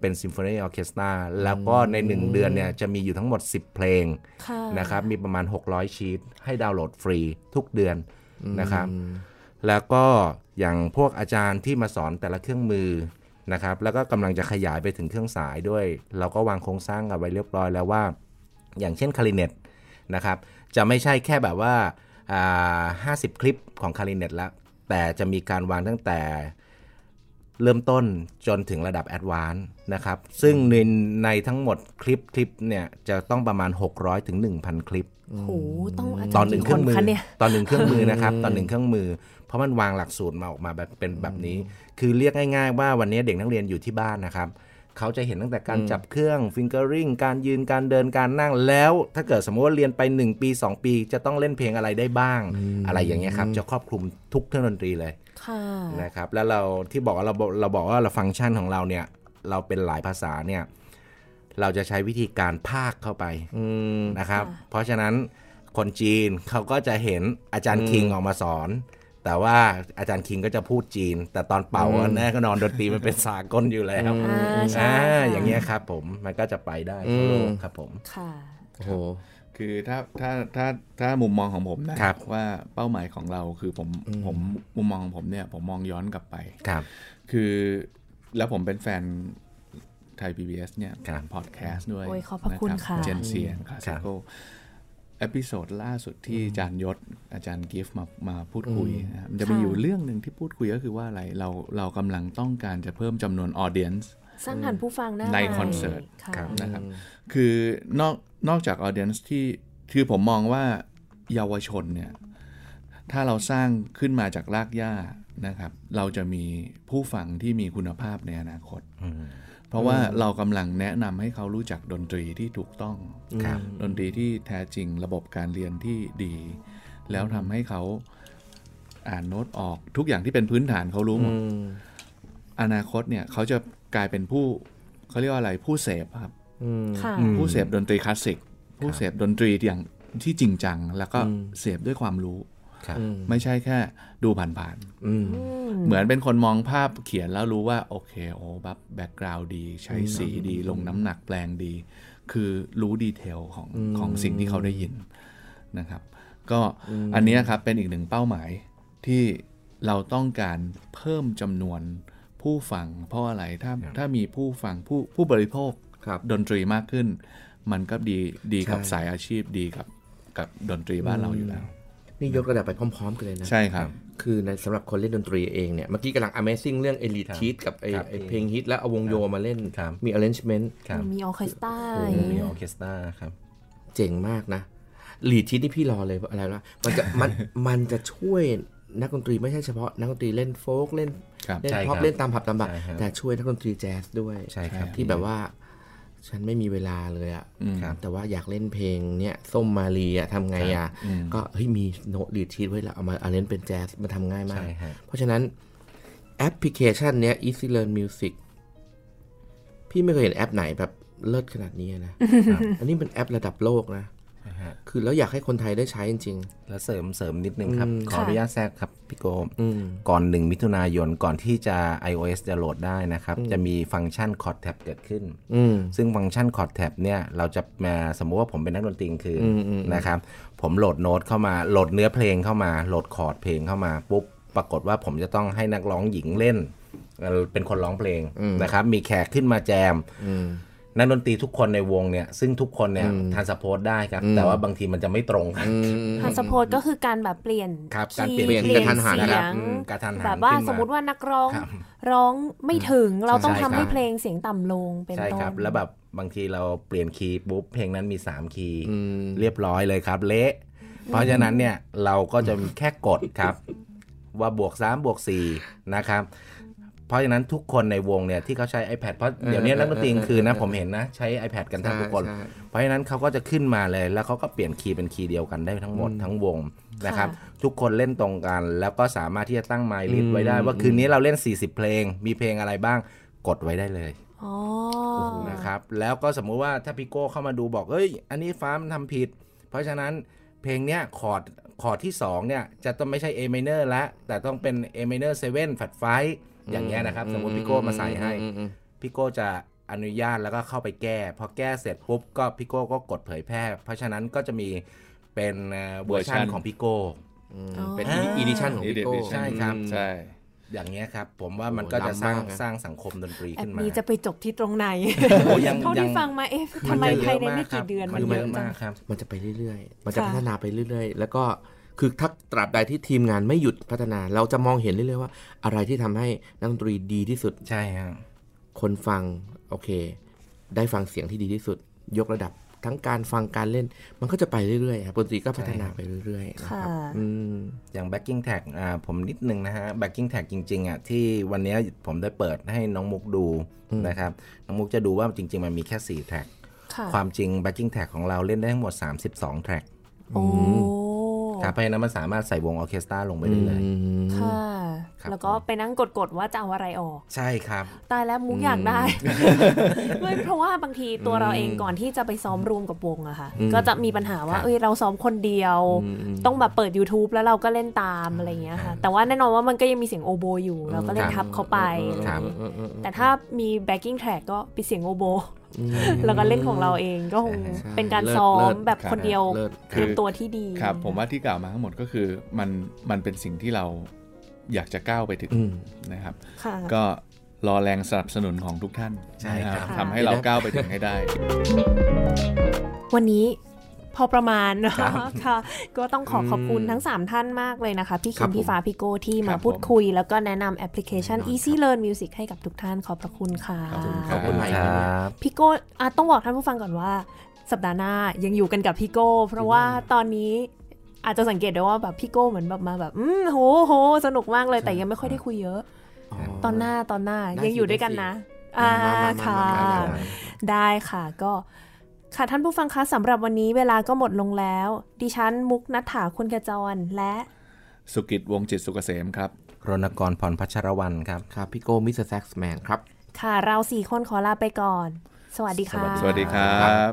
S3: เป็นซิมโฟนีออเคสตราแล้วก็ใน 1 เดือนเนี่ยจะมีอยู่ทั้งหมด 10 เพลง
S2: ค่ะ
S3: นะครับมีประมาณ 600 ชีตให้ดาวน์โหลดฟรีทุกเดือนนะครับ แล้วก็อย่างพวกอาจารย์ที่มาสอนแต่ละเครื่องมือนะครับ แล้วก็กำลังจะขยายไปถึงเครื่องสายด้วย เราก็วางโครงสร้างกันไว้เรียบร้อยแล้วว่า อย่างเช่นคาริเนตนะครับ จะไม่ใช่แค่แบบว่าอ่า50 คลิปของคาริเนตแล้ว แต่จะมีการวางตั้งแต่ เริ่มต้นจนถึงระดับแอดวานซ์นะครับ ซึ่งในในทั้งหมดคลิปคลิปเนี่ยจะต้องประมาณ 600ถึง1,000 คลิป
S2: โอ้โหต้องอาจารย์
S3: ตอนหนึ่ง
S2: กี่
S3: เครื่องมือ
S2: คะเนี่ย
S3: ตอนหนึ่งเครื่องมือ *laughs* นะครับตอนหนึ่งเครื่องมือ เพราะมันวางหลักสูตรมาออกมาแบบเป็นแบบนี้ คือเรียกง่ายๆ ว่าวันนี้เด็กนักเรียนอยู่ที่บ้านนะครับเขาจะเห็นตั้งแต่การจับเครื่องฟิงเกอริงการยืนการเดินการนั่งแล้ว ถ้าเกิดสมมติว่าเรียนไป 1 ปี 2 ปี จะต้องเล่นเพลงอะไรได้บ้าง อะไรอย่างเงี้ยครับจะครอบคลุมทุกเครื่องดนตรีเลย
S2: ค่ะ
S3: นะครับแล้วเราที่บอกว่าเราเราบอกว่าเราฟังก์ชันของเราเนี่ยเราเป็นหลายภาษาเนี่ยเราจะใช้วิธีการภาคเข้าไปนะครับ เพราะฉะนั้นคนจีน *laughs* เขาก็จะเห็นอาจารย์คิงออกมาสอน แต่ว่าอาจารย์คิงก็จะพูดจีน แต่ตอนเป่าอะแน่ก็นอนดนตรีมันเป็นสากลอยู่แล้ว
S2: อ่าใช่
S3: อ่า
S2: ค่ะ
S3: อย่างเงี้ยครับผมมันก็จะไปได้ทั่วโลกครับผม
S2: ค่ะ
S5: โอ้โห
S4: คือถ้าถ้าถ้าถ้ามุมมองของผมนะครับ ว่าเป้าหมายของเราคือผมผมมุมมองของผมเนี่ยผมมองย้อนกลับไป
S3: ครับ
S4: คือแล้วผมเป็นแฟนไทย PBS เนี่ย
S3: ครับ
S4: พอดแคสต์ด้วย
S2: โอ้ยขอบพระคุณค่ะ
S4: เจนเซียนคลาสสิโกเอพิโซดล่าสุดที่อาจารย์ยศอาจารย์กิฟต์มามาพูดคุยนะครับมันจะมีอยู่เรื่องหนึ่งที่พูดคุยก็คือว่าอะไรเราเรากำลังต้องการจะเพิ่มจำนวนออเดียน
S2: สร้างฐานผู้ฟังหน้า
S4: ใน
S2: ใหม่
S4: คอนเสิร์ต
S2: ค่ะ
S3: ครับ
S4: นะครับ คือนอกนอกจากออเดียนส์ที่คือผมมองว่าเยาวชนเนี่ย ถ้าเราสร้างขึ้นมาจากรากหญ้านะครับ เราจะมีผู้ฟังที่มีคุณภาพในอนาคต เพราะว่าเรากำลังแนะนำให้เขารู้จักดนตรีที่ถูกต้อง
S3: ครับ
S4: ดนตรีที่แท้จริงระบบการเรียนที่ดี แล้วทำให้เขาอ่านโน้ตออกทุกอย่างที่เป็นพื้นฐานเขารู้หมด อนาคตเนี่ยเขาจะกลายเป็นผู้เขาเรียกว่าอะไรผู้เสพครับ
S2: ค่ะ
S4: ผู้เสพดนตรีคลาสสิก ผู้เสพดนตรีอย่างที่จริงจัง แล้วก็เสพด้วยความรู้
S3: ครับ
S4: ไม่ใช่แค่ดูผ่านๆ เหมือนเป็นคนมองภาพเขียนแล้วรู้ว่า โอเค โอ้บับแบ็กกราวด์ดี ใช้สีดี ลงน้ำหนักแปลงดี คือรู้ดีเทลของของสิ่งที่เขาได้ยินนะครับ ก็อันเนี้ยครับเป็นอีกหนึ่งเป้าหมายที่เราต้องการเพิ่มจำนวนผู้ฟัง เพราะอะไรถ้าถ้ามีผู้ฟังผู้ผู้บริโภค
S5: ครับ
S4: ดนตรีมากขึ้น มันก็ดีดีกับ
S5: ใช่
S4: สายอาชีพดีกับกับดนตรีบ้านเราอยู่แล้ว
S5: นี่ยกระดับไปพร้อม ๆ กันเลยนะ
S4: ใช่ครับ
S5: คือในสำหรับคนเล่นดนตรีเองเนี่ย เมื่อกี้กำลัง Amazing เรื่อง Elite
S3: ครับ
S5: Hit กับไอ้
S3: ครับ
S5: ไอ้เพลงฮิตแล้วเอาวงโยมาเล่น
S3: ครับ
S5: มี Arrangement
S3: ครับ
S2: มีออร์เคสตรา
S3: มีออเคสตราครับ
S5: เจ๋งมากนะ Lead Hit ที่พี่รอเลยอะไรวะมันจะ *laughs* มันมันจะช่วยนักดนตรีไม่ใช่เฉพาะนักดนตรีเล่นโฟล์กเล่น
S4: ครับ
S5: เล่น
S3: ใช่
S5: พ็อป
S3: ครับ
S5: เล่นตามผับตามบาร์
S3: ใช่ครับ
S5: แต่ช่วยนักดนตรีแจ๊สด้วย
S3: ใช่ครับ
S5: ที่แบบว่าฉันไม่มีเวลาเลยอะ
S3: ครับ
S5: แต่ว่าอยากเล่นเพลงเนี่ยส้มมาลีอะทำไงอะก็เฮ้ยมีโน้ตดีดชีทไว้แล้วเอามาเอาเลนเป็นแจ๊สมันทำง่ายมาก
S3: ใช่ฮะ
S5: เพราะฉะนั้นแอปพลิเคชันเนี้ย Easy Learn Music *laughs* พี่ไม่เคยเห็นแอปไหนแบบเลิศขนาดนี้นะ อันนี้เป็นแอประดับโลกนะ
S4: ค
S3: นะฮะ
S5: คือแล้วอยากให้คนไทยได้ใช้จริง
S3: แล้วเสริมเสริมนิดนึงครับ
S5: อืม
S3: ขออนุญาตแทรกครับพี่โก
S5: ๆ อืม
S3: ก่อน 1 มิถุนายนก่อนที่จะ iOS จะโหลดได้นะครับ จะมีฟังก์ชัน c o r d Tab เกิดขึ้น
S5: อืม
S3: ซึ่งฟังก์ชัน c o r d Tab เนี่ยเราจะมาสมมุติว่าผมเป็นนักดนตรีกลางคืน
S5: อืมอืม
S3: นะครับ ผมโหลดโน้ตเข้ามาโหลดเนื้อเพลงเข้ามาโหลดคอร์ดเพลงเข้ามาปุ๊บปรากฏว่าผมจะต้องให้นักร้องหญิงเล่นเอ่อเป็นคนร้องเพลงนะครับ มีแขกขึ้นมาแจม
S5: อืม
S3: นักดนตรีทุกคนในวงเนี่ยซึ่งทุกคนเนี่ยทานสปอร์ตได้ครับ แต่ว่าบางทีมันจะไม่ตรงกัน
S2: ฮันสโพดก็คือการแบบเปลี่ยน
S3: ครับการ
S2: คี
S3: เปลี่ยน
S5: เปลี่ยนกระทันหัน
S2: เสี
S5: นะครั
S2: ยง
S5: บ
S3: อืมกระทันหัน
S2: แบบว่า
S3: ขึ้นมา
S2: สมมติว่านักร้อง
S3: ครับ
S2: ร้องไม่ถึงเราต้อง
S3: ใช่
S2: ทำให้
S3: ครับ
S2: เพลงเสียงต่ำลงเป็น
S3: ใช่
S2: ต้น
S3: ครับ แล้วแบบบางทีเราเปลี่ยนคีย์ปุ๊บเพลงนั้นมี 3 คีย์เรียบร้อยเลยครับ เละ เพราะฉะนั้นเนี่ยเราก็จะแค่กดครับ ว่าบวก 3 บวก 4 นะครับ เพราะฉะนั้นทุกคนในวงเนี่ยที่เขาใช้ iPad เพราะเดี๋ยวนี้นักดนตรีกลางคืนนะผมเห็นนะ ใช้ iPad กันแทั้งทุกคน
S5: ใช่ใช่
S3: เพราะฉะนั้นเขาก็จะขึ้นมาเลย แล้วเขาก็เปลี่ยนคีย์เป็นคีย์เดียวกันได้ทั้งหมดทั้งวงนะครับ
S2: ค่
S3: ทุกคนเล่นตรงกัน แล้วก็สามารถที่จะตั้งไมล์ลิสไว้ได้ ว่าคืนนี้เราเล่น 40 เพลง มีเพลงอะไรบ้างกดไว้ได้เลย
S2: อ๋อ
S3: นะครับแล้วก็สมมุติว่าถ้าพี่โก้เข้ามาดูบอกเอ้ย อันนี้ฟ้ามันทำผิด เพราะฉะนั้นเพลงเนี้ยคอร์ดคอร์ดที่ 2 เนี่ย จะต้องไม่ใช่ A minor แล้ว แต่ต้องเป็น A minor 7 f a t 5อย่างเงี้ยนะครับ สมมติพี่โก้มาใส่ให้ พี่โก้จะอนุญาตแล้วก็เข้าไปแก้ พอแก้เสร็จปุ๊บก็พี่โก้ก็กดเผยแพร่ เพราะฉะนั้นก็จะมีเป็นเวอร์ชัน
S4: version
S3: ของพี่โก้
S5: อืมเป็นอีดิชั่นของพี่โก้
S4: Edition
S3: ใช่ครับ
S4: ใช่
S3: อย่างเงี้ยครับ ผมว่ามันก็จะสร้างสร้างสังคมดนตรี
S2: แอ
S3: ขึ้
S2: ป
S3: นมา
S2: นี้จะไปจบที่ตรงไหน
S3: โอ้ยัง
S2: เท่า
S3: ยั
S2: ที่
S3: ง
S2: ฟังมาเอ๊ะทำไมภายในไม่กี่เดือน
S3: มัน
S2: เย
S3: เย
S2: อะ
S3: อะ
S2: จั
S3: มาง กครับ
S5: มันจะไปเรื่อยๆ มันจะ
S2: ค่ะ
S5: พัฒนาไปเรื่อยๆ แล้วก็คือถ้าตราบใดที่ทีมงานไม่หยุดพัฒนา เราจะมองเห็นเรื่อยๆว่า อะไรที่ทำให้นักดนตรีดีที่สุด
S3: ใช่ครับ
S5: คนฟังโอเค ได้ฟังเสียงที่ดีที่สุด ยกระดับทั้งการฟังการเล่น มันก็จะไปเรื่อยๆครับดนตรีก็พัฒนาไปเรื่อยๆนะ
S2: ค่ะ
S5: ครับอืม
S3: อย่าง backing tag อ่าผมนิดนึงนะฮะ backing tag จริงๆอ่ะที่วันเนี้ยผมได้เปิดให้น้องมุกดูนะครับ น้องมุกจะดูว่าจริง ๆ มันมีแค่ 4 แท็ก
S2: ค่ะ
S3: ความจริง backing tag ของเราเล่นได้ทั้งหมด 32 แท็ก
S2: โอ้
S3: ครับเพราะฉะนั้นมันสามารถใส่วงออร์เคสตราลงไปได้เลย
S2: ค่ะ
S3: ครับ
S2: แล้วก็ไปนั่งกดๆว่าจะเอาอะไรออก
S3: ใช่ครับ
S2: ตายแล้วมุกอยากได้ ไม่เพราะว่าบางทีตัวเราเองก่อนที่จะไปซ้อมรวมกับวงอะค่ะ ก็จะมีปัญหาว่า
S3: ครับ
S2: เอ้ยเราซ้อมคนเดียว ต้องแบบเปิด YouTube แล้วเราก็เล่นตามอะไรอย่างเงี้ยค่ะ แต่ว่าแน่นอนว่ามันก็ยังมีเสียงโอโบอยู่ เราก็เล่น
S3: ครั
S2: ทับบ เข้าไปอะไร
S3: ครับ
S2: อย่างงี้แต่ถ้ามี backing track ก็ปิดเสียงโอโบ แล้วก็เล่นของเราเองก็คง
S5: ใช่
S2: เป็นการ
S5: เลิศ
S2: ซ้อ
S5: เลิ
S2: ม
S5: ศ
S2: แบบ
S5: ครับ
S2: คนเดียว
S5: เลิศ
S4: คือ
S2: ทำตัวที่ดี
S4: ครับผมว่าที่กล่าวมาทั้งหมดก็คือมันมันเป็นสิ่งที่เราอยากจะก้าวไปถึงนะครับ
S2: ค่ะ
S4: ก็รอแรงสนับสนุนของทุกท่าน
S3: ใช่ครับ
S4: นะ
S2: ค่ะ
S4: ทำให้เราก้าวไปถึงให้ได้
S2: วันนี้พอประมาณนะคะ *laughs* ค่ะ ก็ต้องขอขอบคุณทั้ง 3 ท่านมากเลยนะคะ พี่
S5: ครั
S2: คิ
S5: บ
S2: ม
S5: ผม
S2: พี่ฟ้าพี่โกที่
S4: ครั
S2: มา
S4: บ
S2: พูด
S4: ผม
S2: คุย แล้วก็แนะนำแอปพลิเคชัน Easy Learn Music ให้กับทุกท่านขอบพระคุณค่ะ
S4: ขอบคุณครั
S5: ขอบคุณ
S3: ค
S5: ไครับ
S2: พี่โก้อ่ะต้องบอกท่านผู้ฟังก่อนว่า สัปดาห์หน้ายังอยู่กันกับพี่โก้ เพราะว่าตอนนี้อาจจะสังเกตได้ว่าแบบพี่โก้เหมือนแบบมาแบบอืมโหโหสนุกมากเลยแต่ยังไม่ค่อยได้คุยเยอะ ตอนหน้าตอนหน้า
S5: ได้
S2: ยังอยู่
S5: สิ
S2: ด้วยกัน
S5: ได้สิ
S2: นะ
S5: อ่า
S2: อ่า
S5: มามา
S2: ค่ะ
S5: มามามามา
S2: ได้ค่ะก็ค่ะท่านผู้ฟังคะสำหรับวันนี้เวลาก็หมดลงแล้ว ดิฉันมุกนัฐถาคุณกระจรและ
S4: สุกิจวงศ์จิตสุกเกษมครับ
S3: รณกรพรพัชรวันครับ
S5: ครับพี่โก้มิสเตอร์แซ็กซ์แมนครับ
S2: ค่ะเราสี่คนขอลาไปก่อน สวัสดีค่ะ
S4: สวัสดีครับ